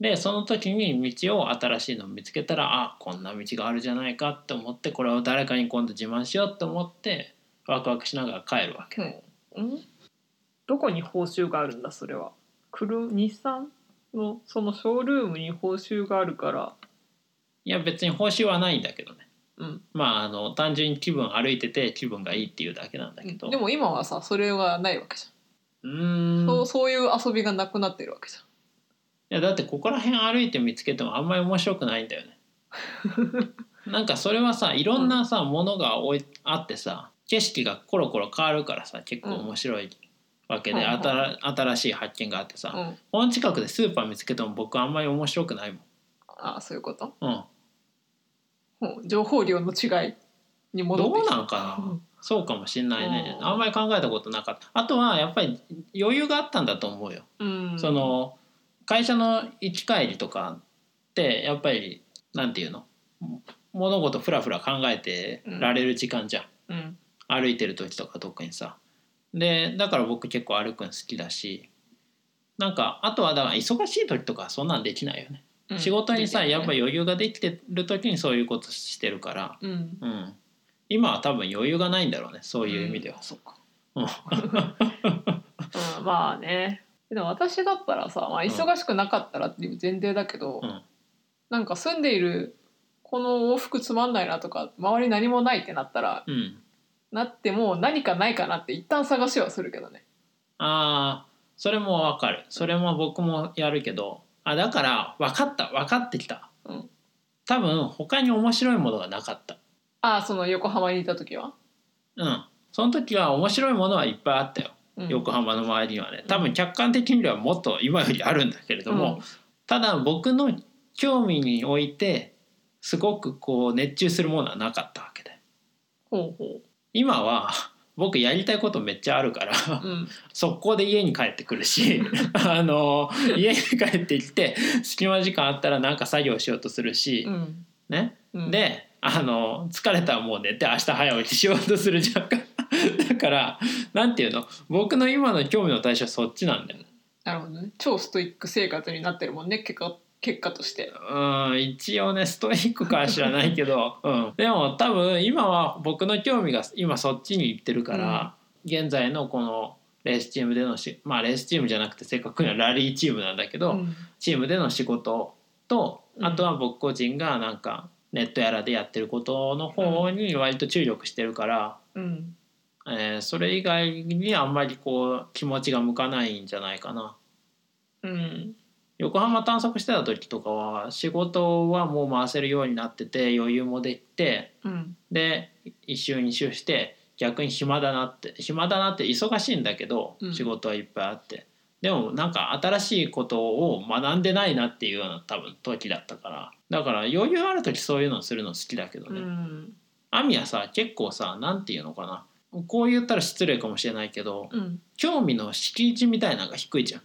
Speaker 2: でその時に道を新しいのを見つけたらあこんな道があるじゃないかって思ってこれを誰かに今度自慢しようって思ってワクワクしながら帰るわけ、
Speaker 1: うんどこに報酬があるんだそれは車日産のそのショールームに報酬があるから
Speaker 2: いや別に報酬はないんだけどね
Speaker 1: うん
Speaker 2: まああの単純に気分歩いてて気分がいいっていうだけなんだけど
Speaker 1: でも今はさそれがないわけじ
Speaker 2: う
Speaker 1: ゃん、
Speaker 2: ー
Speaker 1: そ
Speaker 2: ん
Speaker 1: うそういう遊びがなくなってるわけじ
Speaker 2: いやだってここら辺歩いて見つけてもあんまり面白くないん だよねなんかそれはさいろんなさものがおいあってさ景色がコロコロ変わるからさ結構面白いわけで、
Speaker 1: うん
Speaker 2: あたら新しい発見があってさ、
Speaker 1: ゃん、うん、
Speaker 2: この近くでスーパー見つけても僕あんまり面白くないも
Speaker 1: ああそういうこと
Speaker 2: ん、うん、
Speaker 1: もう情報量の違いに戻
Speaker 2: ど
Speaker 1: って
Speaker 2: う
Speaker 1: きた
Speaker 2: なんかな、そうかもしんないね、
Speaker 1: うん
Speaker 2: あんまり考えたことなかったあとはやっぱり余裕があったんだと思うよ
Speaker 1: うん、
Speaker 2: その会社の行き帰りとかってやっぱりなんていうの物事ふらふら考えてられる時間じゃん、
Speaker 1: うん
Speaker 2: 歩いてる時とか特にさでだから僕結構歩くの好きだしなんかあとはだから忙しい時とかそんなんできないよね、
Speaker 1: うん
Speaker 2: 仕事にさ
Speaker 1: でき
Speaker 2: や
Speaker 1: る
Speaker 2: っ
Speaker 1: よ
Speaker 2: ぱ
Speaker 1: ね
Speaker 2: 余裕ができてる時にそういうことしてるから、
Speaker 1: うん
Speaker 2: うん、今は多分余裕がないんだろうねそういう意味では
Speaker 1: ん、そっか
Speaker 2: うん
Speaker 1: うんまあねでも私だったらさ、まあ、忙しくなかったらっていう前提だけど、
Speaker 2: うん
Speaker 1: なんか住んでいるこの往復つまんないなとか周り何もないってなったら
Speaker 2: うん
Speaker 1: なっても何かないかなって一旦探しはするけどね
Speaker 2: ああそれもわかるそれも僕もやるけどあだから分かった分かってきた、
Speaker 1: うん
Speaker 2: 多分他に面白いものがなかった
Speaker 1: ああその横浜にいた時は、
Speaker 2: うんその時は面白いものはいっぱいあったよ、
Speaker 1: うん、
Speaker 2: 横浜の周りにはね多分客観的にはもっと今よりあるんだけれども、ただ僕の興味においてすごくこう熱中するものはなかったわけで
Speaker 1: うん、ほうほ
Speaker 2: 今は 僕やりたいことめっちゃあるから、
Speaker 1: う、うん、
Speaker 2: 速攻で家に帰ってくるし あの家に帰ってきて隙間時間あったらなんか作業しようとするし
Speaker 1: う、ん
Speaker 2: ね、
Speaker 1: うん、
Speaker 2: であの疲れたらもう寝て明日早起きしようとするじゃんか だからなんていうの僕の今の興味の対象はそっちなんだよね
Speaker 1: なるほどね超ストイック生活になってるもんね結果結果として
Speaker 2: うん一応ねストイックかは知 らないけど、うん、でも多分今は僕の興味が今そっちに行ってるから、現在のこのレースチームでのしまあレースチームじゃなくて正確にはラリーチームなんだけど、
Speaker 1: うん
Speaker 2: チームでの仕事と
Speaker 1: うん
Speaker 2: あとは僕個人がなんかネットやらでやってることの方に割と注力してるから、
Speaker 1: うん
Speaker 2: えーそれ以外にあんまりこう気持ちが向かないんじゃないかな。
Speaker 1: うん
Speaker 2: 横浜探索してた時とかは仕事はもう回せるようになってて余裕もできて
Speaker 1: うん
Speaker 2: で1週2週して逆に暇だなって暇だなって忙しいんだけど
Speaker 1: うん
Speaker 2: 仕事はいっぱいあって、でもなんか新しいことを学んでないなっていうような多分時だったからだから余裕ある時そういうのするの好きだけど
Speaker 1: う
Speaker 2: ね、
Speaker 1: ん
Speaker 2: アミはさ結構さなんていうのかなこう言ったら失礼かもしれないけど
Speaker 1: うん
Speaker 2: 興味の敷地みたいなのが低いじゃん。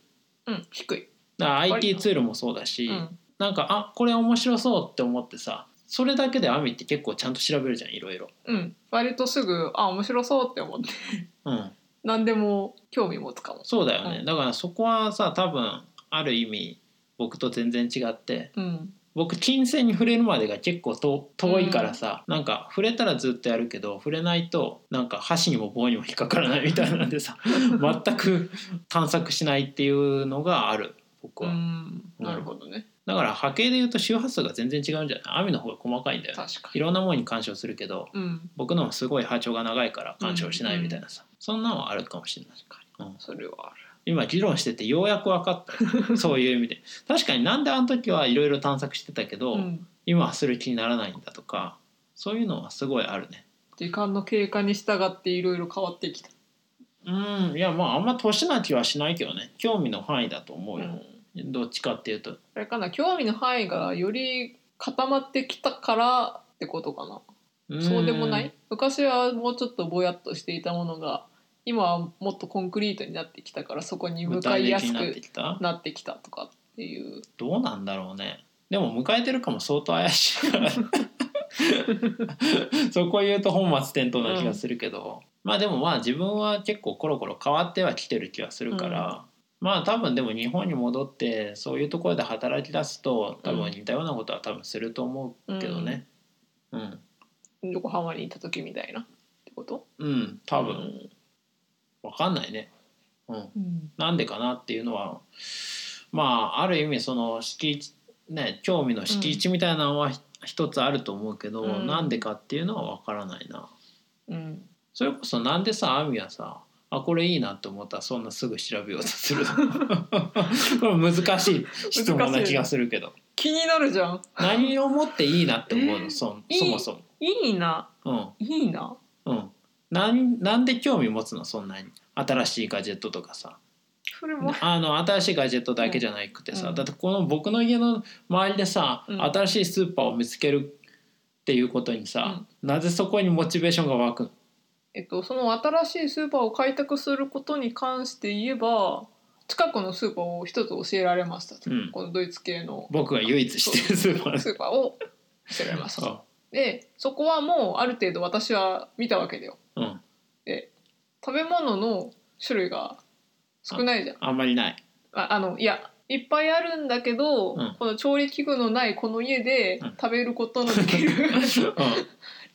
Speaker 1: うん低い
Speaker 2: だから IT ツールもそうだし、
Speaker 1: うん
Speaker 2: なんかあこれ面白そうって思ってさそれだけでアミって結構ちゃんと調べるじゃんいろいろ。
Speaker 1: うん割とすぐあ面白そうって思って
Speaker 2: うん、
Speaker 1: 何でも興味持つかも
Speaker 2: そうだよね、
Speaker 1: うん
Speaker 2: だからそこはさ多分ある意味僕と全然違って
Speaker 1: うん
Speaker 2: 僕金銭に触れるまでが結構と遠いからさ、なんか触れたらずっとやるけど触れないとなんか箸にも棒にも引っかからないみたいなんでさ 全く探索しないっていうのがある僕は、
Speaker 1: うんなるほどね
Speaker 2: だから波形で言うと周波数が全然違うんじゃないアミの方が細かいんだよね
Speaker 1: 確か
Speaker 2: いろんなものに干渉するけど、
Speaker 1: にうん
Speaker 2: 僕のもすごい波長が長いから干渉しないみたいなさ、そんなのはあるかもしれない、うん
Speaker 1: それはある
Speaker 2: 今議論しててようやく分かった そういう意味で確かになんであの時はいろいろ探索してたけど、
Speaker 1: うん
Speaker 2: 今はする気にならないんだとかそういうのはすごいあるね
Speaker 1: 時間の経過に従っていろいろ変わってきた
Speaker 2: うんいやまああんま年な気はしないけどね興味の範囲だと思う
Speaker 1: う
Speaker 2: よ、
Speaker 1: ん
Speaker 2: どっちかっていうと
Speaker 1: あれかな興味の範囲がより固まってきたからってことかなそうでもな
Speaker 2: うん
Speaker 1: い昔はもうちょっとぼやっとしていたものが今はもっとコンクリートになってきたからそこに向
Speaker 2: 具
Speaker 1: か
Speaker 2: 体
Speaker 1: いや
Speaker 2: 的
Speaker 1: す
Speaker 2: になっ
Speaker 1: く
Speaker 2: てきた
Speaker 1: なってきたとかっていう
Speaker 2: どうなんだろうねでも迎えてるかも相当怪しいから そこ言うと本末転倒な気がするけど、まあでもまあ自分は結構コロコロ変わってはきてる気がするから、まあ多分でも日本に戻ってそういうところで働き出すと多分似たようなことは多分すると思うけどねうん
Speaker 1: 横浜にいた時みたいなってこと
Speaker 2: うん、多分わかんないねうん
Speaker 1: うん
Speaker 2: なんでかなっていうのはまあある意味その敷地ね興味の敷地みたいなのはひ一つあると思うけど、
Speaker 1: うん
Speaker 2: なんでかっていうのはわからないな。
Speaker 1: うん
Speaker 2: それこそなんでさアミはさあこれいいなって思ったらそんなすぐ調べようとする のこれ難しい質問な気がするけど
Speaker 1: 気になるじゃん
Speaker 2: 何をもっていいなって思う
Speaker 1: え
Speaker 2: のそん
Speaker 1: いい
Speaker 2: そもそ
Speaker 1: いいな
Speaker 2: も。
Speaker 1: いいな
Speaker 2: うんうんなんなんで興味持つのそんなに新しいガジェットとかさ
Speaker 1: それも
Speaker 2: あの新しいガジェットだけじゃなくてさ、
Speaker 1: うん
Speaker 2: だってこの僕の家の周りでさ、
Speaker 1: うん
Speaker 2: 新しいスーパーを見つけるっていうことにさ、なぜそこにモチベーションが湧くの
Speaker 1: えっとその新しいスーパーを開拓することに関して言えば近くのスーパーを一つ教えられましたと、
Speaker 2: うん
Speaker 1: このドイツ系の
Speaker 2: 僕が唯一知ってるスーパーで
Speaker 1: スーパーを教えられましたと
Speaker 2: そ
Speaker 1: でそこはもうある程度私は見たわけだよ
Speaker 2: う、うん、
Speaker 1: 食べ物の種類が少ないじゃん
Speaker 2: あんまりない、
Speaker 1: ああのいやいっぱいあるんだけど、
Speaker 2: うん
Speaker 1: この調理器具のないこの家で
Speaker 2: うん
Speaker 1: 食べることのでき るっ
Speaker 2: うん、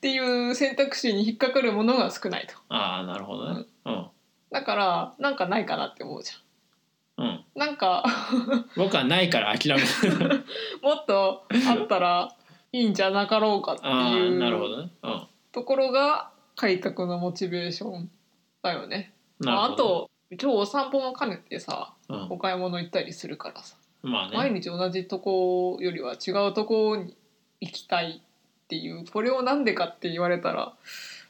Speaker 1: ていう選択肢に引っかかるものが少ないと
Speaker 2: ああなるほどね、うん
Speaker 1: だからなんかないかなって思うじゃ
Speaker 2: うん、
Speaker 1: んなんか
Speaker 2: 僕はないから諦める
Speaker 1: もっとあったらいいんじゃなかろうかって
Speaker 2: ああなるほ
Speaker 1: いう
Speaker 2: どね、うん
Speaker 1: ところが開拓のモチベーションだよね
Speaker 2: なる
Speaker 1: まあ
Speaker 2: ほ
Speaker 1: あ
Speaker 2: ど
Speaker 1: と今日お散歩も兼ねてさ
Speaker 2: う
Speaker 1: お買い物行ったりするからさ、
Speaker 2: ん、まあ
Speaker 1: 毎
Speaker 2: ね
Speaker 1: 日同じとこよりは違うとこに行きたいっていうこれをなんでかって言われたら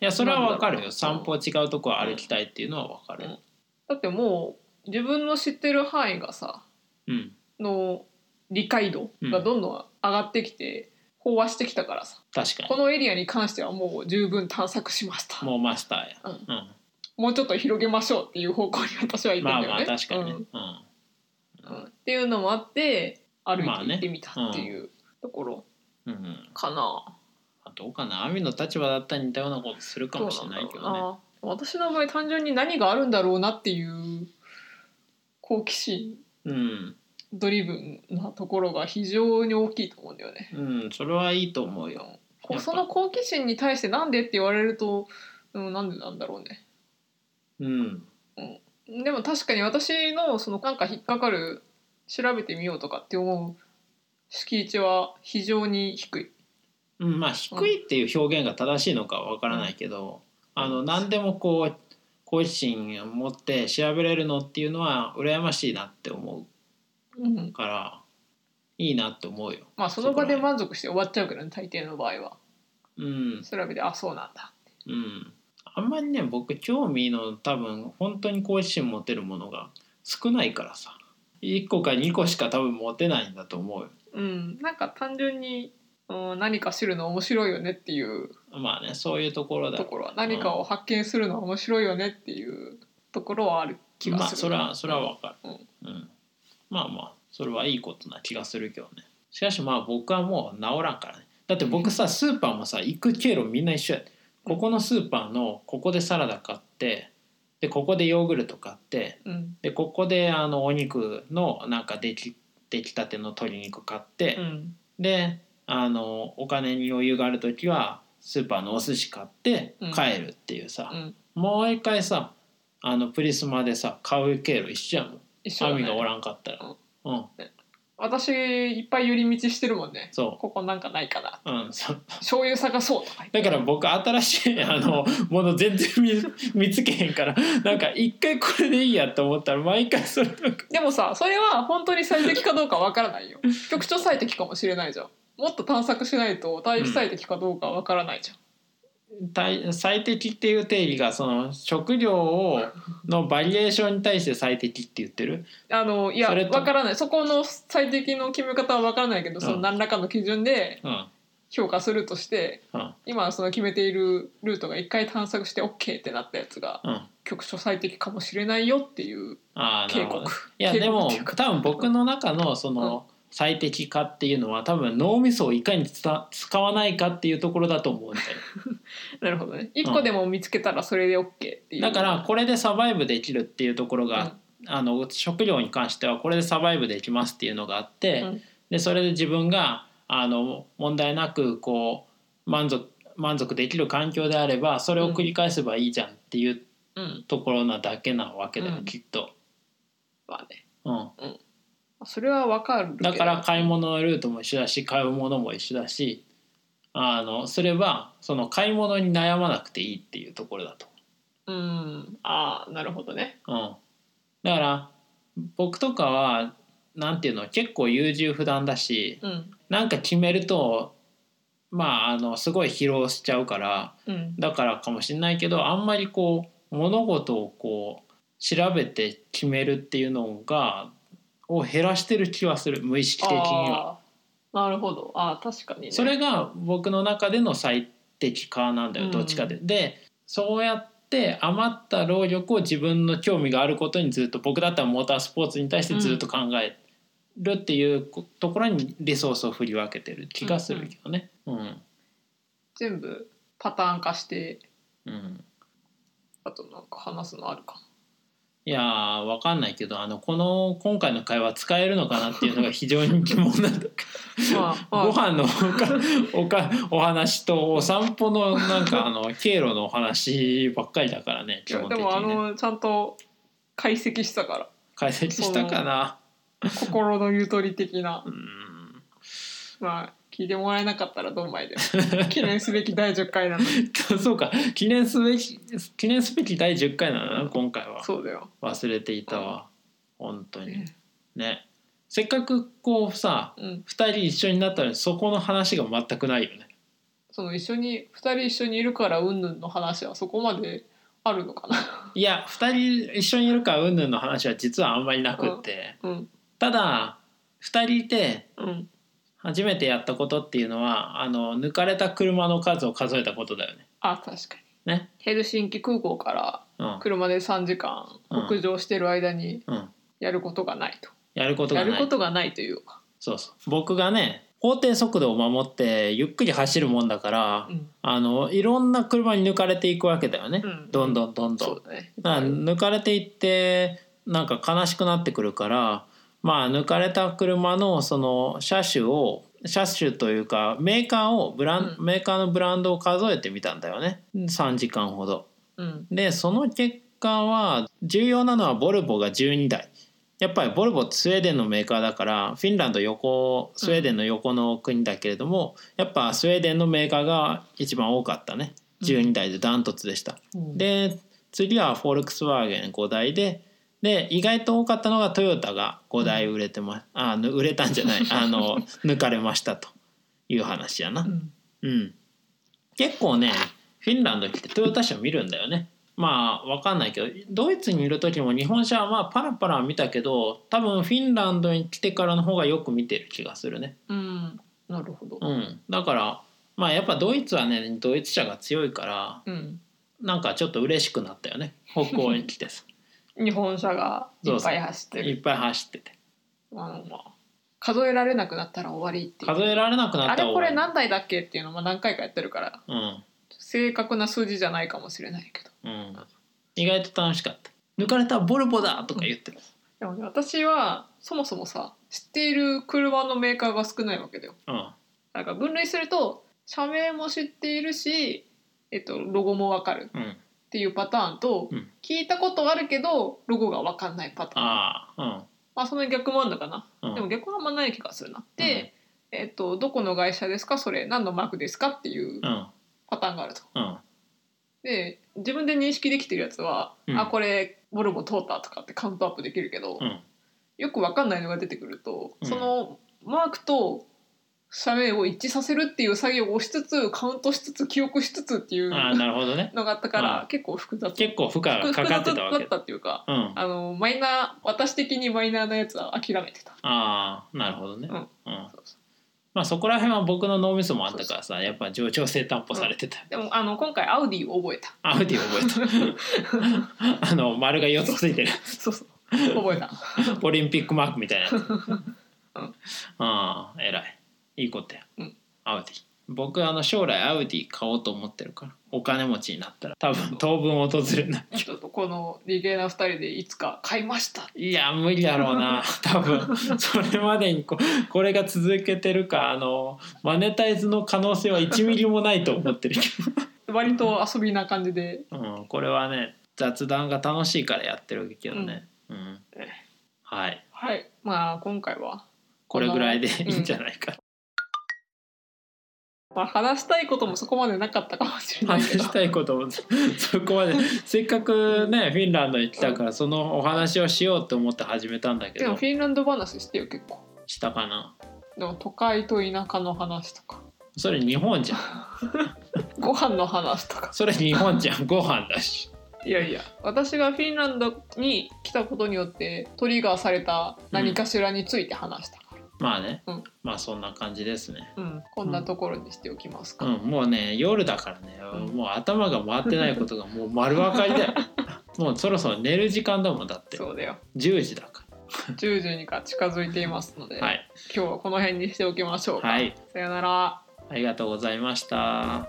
Speaker 2: いやそれはわか
Speaker 1: な
Speaker 2: るよ
Speaker 1: んだろ
Speaker 2: 散
Speaker 1: う
Speaker 2: 歩違うとこ歩きたいっていうのはわかる
Speaker 1: だってもう自分の知ってる範囲がさ
Speaker 2: うん
Speaker 1: の理解度がどんどん上がってきて、飽和してきたからさ
Speaker 2: 確か
Speaker 1: このエリアに関してはもう十分探索しました
Speaker 2: に
Speaker 1: も
Speaker 2: もうマスターや、
Speaker 1: うん
Speaker 2: うん
Speaker 1: うちょっと広げましょうっていう方向に私は行くんだ
Speaker 2: ま
Speaker 1: よ
Speaker 2: あ
Speaker 1: ね。
Speaker 2: まあ確かにね、
Speaker 1: うん
Speaker 2: うん
Speaker 1: うんっていうのもあって歩いて
Speaker 2: まあね
Speaker 1: 行ってみたっていうところ
Speaker 2: うん、
Speaker 1: かな。
Speaker 2: どうかなアミの立場だったら似たようなことするかもしれないけ
Speaker 1: どうん
Speaker 2: ど
Speaker 1: だ
Speaker 2: ね
Speaker 1: ろうな私の場合単純に何があるんだろうなっていう好奇心
Speaker 2: うん、
Speaker 1: ドリブンなところが非常に大きいと思うんだよね。
Speaker 2: うん、それはいいと思うよ
Speaker 1: こうその好奇心に対してなんでって言われると、うん、なんでなんだろうね。
Speaker 2: うん
Speaker 1: でも確かに私のそのなんか引っかかる調べてみようとかって思う敷地は非常に低い。
Speaker 2: うん、まあ低いっていう表現が正しいのかわからないけど、あの何でもこう好奇心を持って調べれるのっていうのは羨ましいなって思
Speaker 1: うん
Speaker 2: う、からいいなって思うよ。
Speaker 1: まあその場で満足して終わっちゃうけどね大抵の場合は
Speaker 2: うん
Speaker 1: 調べてあそうなんだ。
Speaker 2: うん、あんまりね僕興味の多分本当に好奇心持てるものが少ないからさ1個か2個しか多分持てないんだと思うよ。
Speaker 1: うん、なんか単純に、うん、何か知るの面白いよねっていう
Speaker 2: まあねそういうところだ
Speaker 1: ところは何かを発見するのは面白いよねっていうところはある気が
Speaker 2: まあ
Speaker 1: す
Speaker 2: そ
Speaker 1: る。
Speaker 2: れはそれはわかる、
Speaker 1: うん
Speaker 2: うんまあまあそれはいいことな気がするけどねしかしまあ僕はもう治らんからねだって僕さスーパーもさ行く経路みんな一緒やここのスーパーのここでサラダ買ってでここでヨーグルト買って
Speaker 1: うん
Speaker 2: でここであのお肉のなんかでき出来たての鶏肉買って、
Speaker 1: うん
Speaker 2: であのお金に余裕がある時はスーパーのお寿司買って
Speaker 1: うん
Speaker 2: 帰るっていうさ、
Speaker 1: うん、
Speaker 2: もう一回さあのプリスマでさ買う経路一緒やもん
Speaker 1: 一緒だ
Speaker 2: 神がお
Speaker 1: ね。
Speaker 2: らんかったら
Speaker 1: うん
Speaker 2: うん、
Speaker 1: 私いっぱい寄り道してるもんね。
Speaker 2: そ
Speaker 1: ここなんかないかな。
Speaker 2: ううんそう
Speaker 1: 醤油探そうとか言って。
Speaker 2: だから僕新しい あのもの全然見 見つけへんからなんか一回これでいいやと思ったら毎回それなんか
Speaker 1: でもさそれは本当に最適かどうかわからないよ局長最適かもしれないじゃんもっと探索しないと大気最適かどうかわからないじゃん、
Speaker 2: 最最適っていう定義がその食料をのバリエーションに対して最適って言ってる
Speaker 1: あのいや
Speaker 2: それ
Speaker 1: わ
Speaker 2: と
Speaker 1: からないそこの最適の決め方はわからないけどその
Speaker 2: うん
Speaker 1: 何らかの基準で
Speaker 2: うん
Speaker 1: 評価するとして
Speaker 2: うん
Speaker 1: 今その決めているルートが一回探索して OK ってなったやつが
Speaker 2: うん
Speaker 1: 局長最適かもしれないよっていう
Speaker 2: ああな
Speaker 1: 警
Speaker 2: るほど
Speaker 1: 告
Speaker 2: いや
Speaker 1: 警告
Speaker 2: でも
Speaker 1: っていうか
Speaker 2: 多分僕の中のその最適化っていうのは多分脳みそをいかにつた使わないかっていうところだと思うんだよ
Speaker 1: なるほどね一個でも見つけたらそれで OK っていう
Speaker 2: だからこれでサバイブできるっていうところが、あの食料に関してはこれでサバイブできますっていうのがあって、
Speaker 1: うん
Speaker 2: でそれで自分があの問題なくこう満足満足できる環境であればそれを繰り返せばいいじゃんっていう
Speaker 1: うん
Speaker 2: ところなだけなわけだよ、
Speaker 1: うん
Speaker 2: きっと、
Speaker 1: まあね
Speaker 2: うん、
Speaker 1: それはわかるけど
Speaker 2: だから買い物のルートも一緒だし買うものも一緒だしあのすればその買い物に悩まなくていいっていうところだと
Speaker 1: うんああなるほどね
Speaker 2: うん、だから僕とかはなんていうの結構優柔不断だし
Speaker 1: うん
Speaker 2: なんか決めるとまああのすごい疲労しちゃうから
Speaker 1: うん
Speaker 2: だからかもしれないけどあんまりこう物事をこう調べて決めるっていうのがを減らしてる気はする無意識的には。
Speaker 1: あーなるほどあー確かに、ね、
Speaker 2: それが僕の中での最適化なんだよ
Speaker 1: うん
Speaker 2: どっちかで。でそうやって余った労力を自分の興味があることにずっと僕だったらモータースポーツに対してずっと考えるっていうこところにリソースを振り分けてる気がするけどね。うん
Speaker 1: 全部パターン化して
Speaker 2: うん
Speaker 1: あとなんか話すのあるか
Speaker 2: いやーわかんないけどあのこの今回の会話使えるのかなっていうのが非常に疑問なんだけ
Speaker 1: な、
Speaker 2: ど
Speaker 1: まあまあ、
Speaker 2: ご飯のおかおかお話とお散歩のなんかあの経路のお話ばっかりだからね基
Speaker 1: いや
Speaker 2: 本
Speaker 1: で
Speaker 2: 的に、ね。
Speaker 1: もあのちゃんと解析したから
Speaker 2: 解析したかな
Speaker 1: 心のゆとり的な
Speaker 2: うん
Speaker 1: まあ聞いてもらえなかったらドンマイ で記念すべき第10回なの に
Speaker 2: そうか記念すべき記念すべき第10回なのな今回は
Speaker 1: そうだよ、
Speaker 2: 忘れていたわ本当に
Speaker 1: う
Speaker 2: ねせっかくこうさ
Speaker 1: ん、
Speaker 2: 2人一緒になったのにそこの話が全くないよね
Speaker 1: その一緒に2人一緒にいるからうんぬんの話はそこまであるのかな、
Speaker 2: いや2人一緒にいるからうんぬんの話は実はあんまりなくって
Speaker 1: うん
Speaker 2: ただ2人いて
Speaker 1: うん、
Speaker 2: 初めてやったことっていうのはあの抜かれた車の数を数えたことだよね
Speaker 1: あ確かに、
Speaker 2: ね
Speaker 1: ヘルシンキ空港から
Speaker 2: うん
Speaker 1: 車で3時間
Speaker 2: うん
Speaker 1: 北上してる間に、
Speaker 2: うん
Speaker 1: やることがないと
Speaker 2: やること
Speaker 1: や
Speaker 2: が
Speaker 1: る
Speaker 2: ない
Speaker 1: ことがないというか、
Speaker 2: そうそう僕がね法定速度を守ってゆっくり走るもんだから、
Speaker 1: うん
Speaker 2: あのいろんな車に抜かれていくわけだよね、
Speaker 1: うん
Speaker 2: どんどんどんど
Speaker 1: そ
Speaker 2: ん
Speaker 1: う。だね
Speaker 2: だから抜かれていってなんか悲しくなってくるから、まあ、抜かれた車のその車種を車種というかメーカーをブラン、
Speaker 1: う
Speaker 2: メーカーのブランドを数えてみたんだよね3時間ほど。
Speaker 1: うん
Speaker 2: でその結カは重要なのはボルボが12台やっぱりボルボスウェーデンのメーカーだからフィンランド横スウェーデンの横の国だけれども、やっぱスウェーデンのメーカーが一番多かったね12台でダントツでした、
Speaker 1: うん
Speaker 2: で次はフォルクスワーゲン5台でで意外と多かったのがトヨタが5台売れてま、あぬ売れたんじゃないあの抜かれましたという話やな、
Speaker 1: うん
Speaker 2: うん、結構ねフィンランド来てトヨタ車見るんだよねまあわかんないけどドイツにいる時も日本車はまあパラパラ見たけど多分フィンランドに来てからの方がよく見てる気がするね
Speaker 1: うん、なるほど。
Speaker 2: うんだからまあやっぱドイツはねドイツ車が強いから
Speaker 1: うん、
Speaker 2: なんかちょっと嬉しくなったよね北欧に来 てさ
Speaker 1: 日本車がいっぱい走って
Speaker 2: い
Speaker 1: る。
Speaker 2: っぱい走ってて
Speaker 1: まあまあ数えられなくなったら終わりっていう。
Speaker 2: 数えられなくな
Speaker 1: あ
Speaker 2: った
Speaker 1: れ
Speaker 2: ら
Speaker 1: こ
Speaker 2: 終わ
Speaker 1: れ
Speaker 2: り
Speaker 1: 何台だっけっていうのも何回かやってるから正確な数字じゃないかもしれないけど
Speaker 2: うんうん意外と楽しかった抜かれたボルボだとか言ってた
Speaker 1: でもね私はそもそもさ知っている車のメーカーが少ないわけだよ
Speaker 2: うん
Speaker 1: なんか分類すると社名も知っているし、えっと、ロゴもわかる
Speaker 2: うん
Speaker 1: っていうパターンと、
Speaker 2: うん
Speaker 1: 聞いたことあるけどロゴがわかんないパターン
Speaker 2: ああうん
Speaker 1: まあその逆もあるのかな、
Speaker 2: うん
Speaker 1: でも逆はあんまない気がするなで、えっとどこの会社ですかそれ何のマークですかっていう
Speaker 2: うん
Speaker 1: パターンがあると。
Speaker 2: うん
Speaker 1: で自分で認識できてるやつは、
Speaker 2: うん
Speaker 1: あこれボルボ通ったとかってカウントアップできるけど、
Speaker 2: うん
Speaker 1: よくわかんないのが出てくると、
Speaker 2: うん
Speaker 1: そのマークと社名を一致させるっていう作業をしつつカウントしつつ記憶しつつっていう
Speaker 2: ああなるほどね
Speaker 1: のがあったか
Speaker 2: う
Speaker 1: ら
Speaker 2: ん
Speaker 1: 結構複雑
Speaker 2: 結構負荷が
Speaker 1: 複
Speaker 2: かかってたわ
Speaker 1: 複雑だ
Speaker 2: け
Speaker 1: った
Speaker 2: だ
Speaker 1: っていうか
Speaker 2: うんあ
Speaker 1: あのマイナー私的にマイナーなやつは諦めてた。
Speaker 2: あなるほどね
Speaker 1: うん
Speaker 2: うん
Speaker 1: そうそう
Speaker 2: まあそこら辺は僕の脳みそもあったからさやっぱ冗長性担保されてた
Speaker 1: でもあの今回アウディを覚えた
Speaker 2: アウディ覚えた あの丸が4つついてる
Speaker 1: そうそう覚えた
Speaker 2: オリンピックマークみたいなやつああ偉いいいことや
Speaker 1: うん
Speaker 2: アウディ僕あの将来アウディ買おうと思ってるからお金持ちになったら多分当分訪れな い
Speaker 1: ちょっとこのリゲーな2人でいつか買いました
Speaker 2: いや無理だろう な多分それまでにここれが続けてるかあのマネタイズの可能性は1ミリもないと思ってるけ
Speaker 1: 割と遊びな感じで
Speaker 2: ど、うん、これはね雑談が楽しいからやってるけどね、うん
Speaker 1: ええ
Speaker 2: はい
Speaker 1: はいまあ今回は、
Speaker 2: これぐらいでいいんじゃないか、
Speaker 1: まあ、話したいこともそこまでなかったかもしれない
Speaker 2: 話
Speaker 1: けど
Speaker 2: したいこと もそこまでせっかくねフィンランドに来たからそのお話をしようと思って始めたんだけ
Speaker 1: でも
Speaker 2: ど
Speaker 1: フィンランド話してよ結構
Speaker 2: したかな
Speaker 1: でも都会と田舎の話とか
Speaker 2: それ日本じゃん
Speaker 1: ご飯の話とか
Speaker 2: それ日本じゃんご飯だし
Speaker 1: いやいや私がフィンランドに来たことによってトリガーされた何かしらについて話したから、
Speaker 2: まあね、
Speaker 1: うん
Speaker 2: まあそんな感じですね
Speaker 1: うんこんなところにしておきますか、
Speaker 2: うん、もうね夜だからね、
Speaker 1: うん
Speaker 2: もう頭が回ってないことがもう丸分かり だよもうそろそろ寝る時間だもんだって
Speaker 1: そうだよ
Speaker 2: 10時だか
Speaker 1: 10時にか近づいていますので、
Speaker 2: らはい、
Speaker 1: 今日はこの辺にしておきましょうか、
Speaker 2: はい、
Speaker 1: さよなら
Speaker 2: ありがとうございました。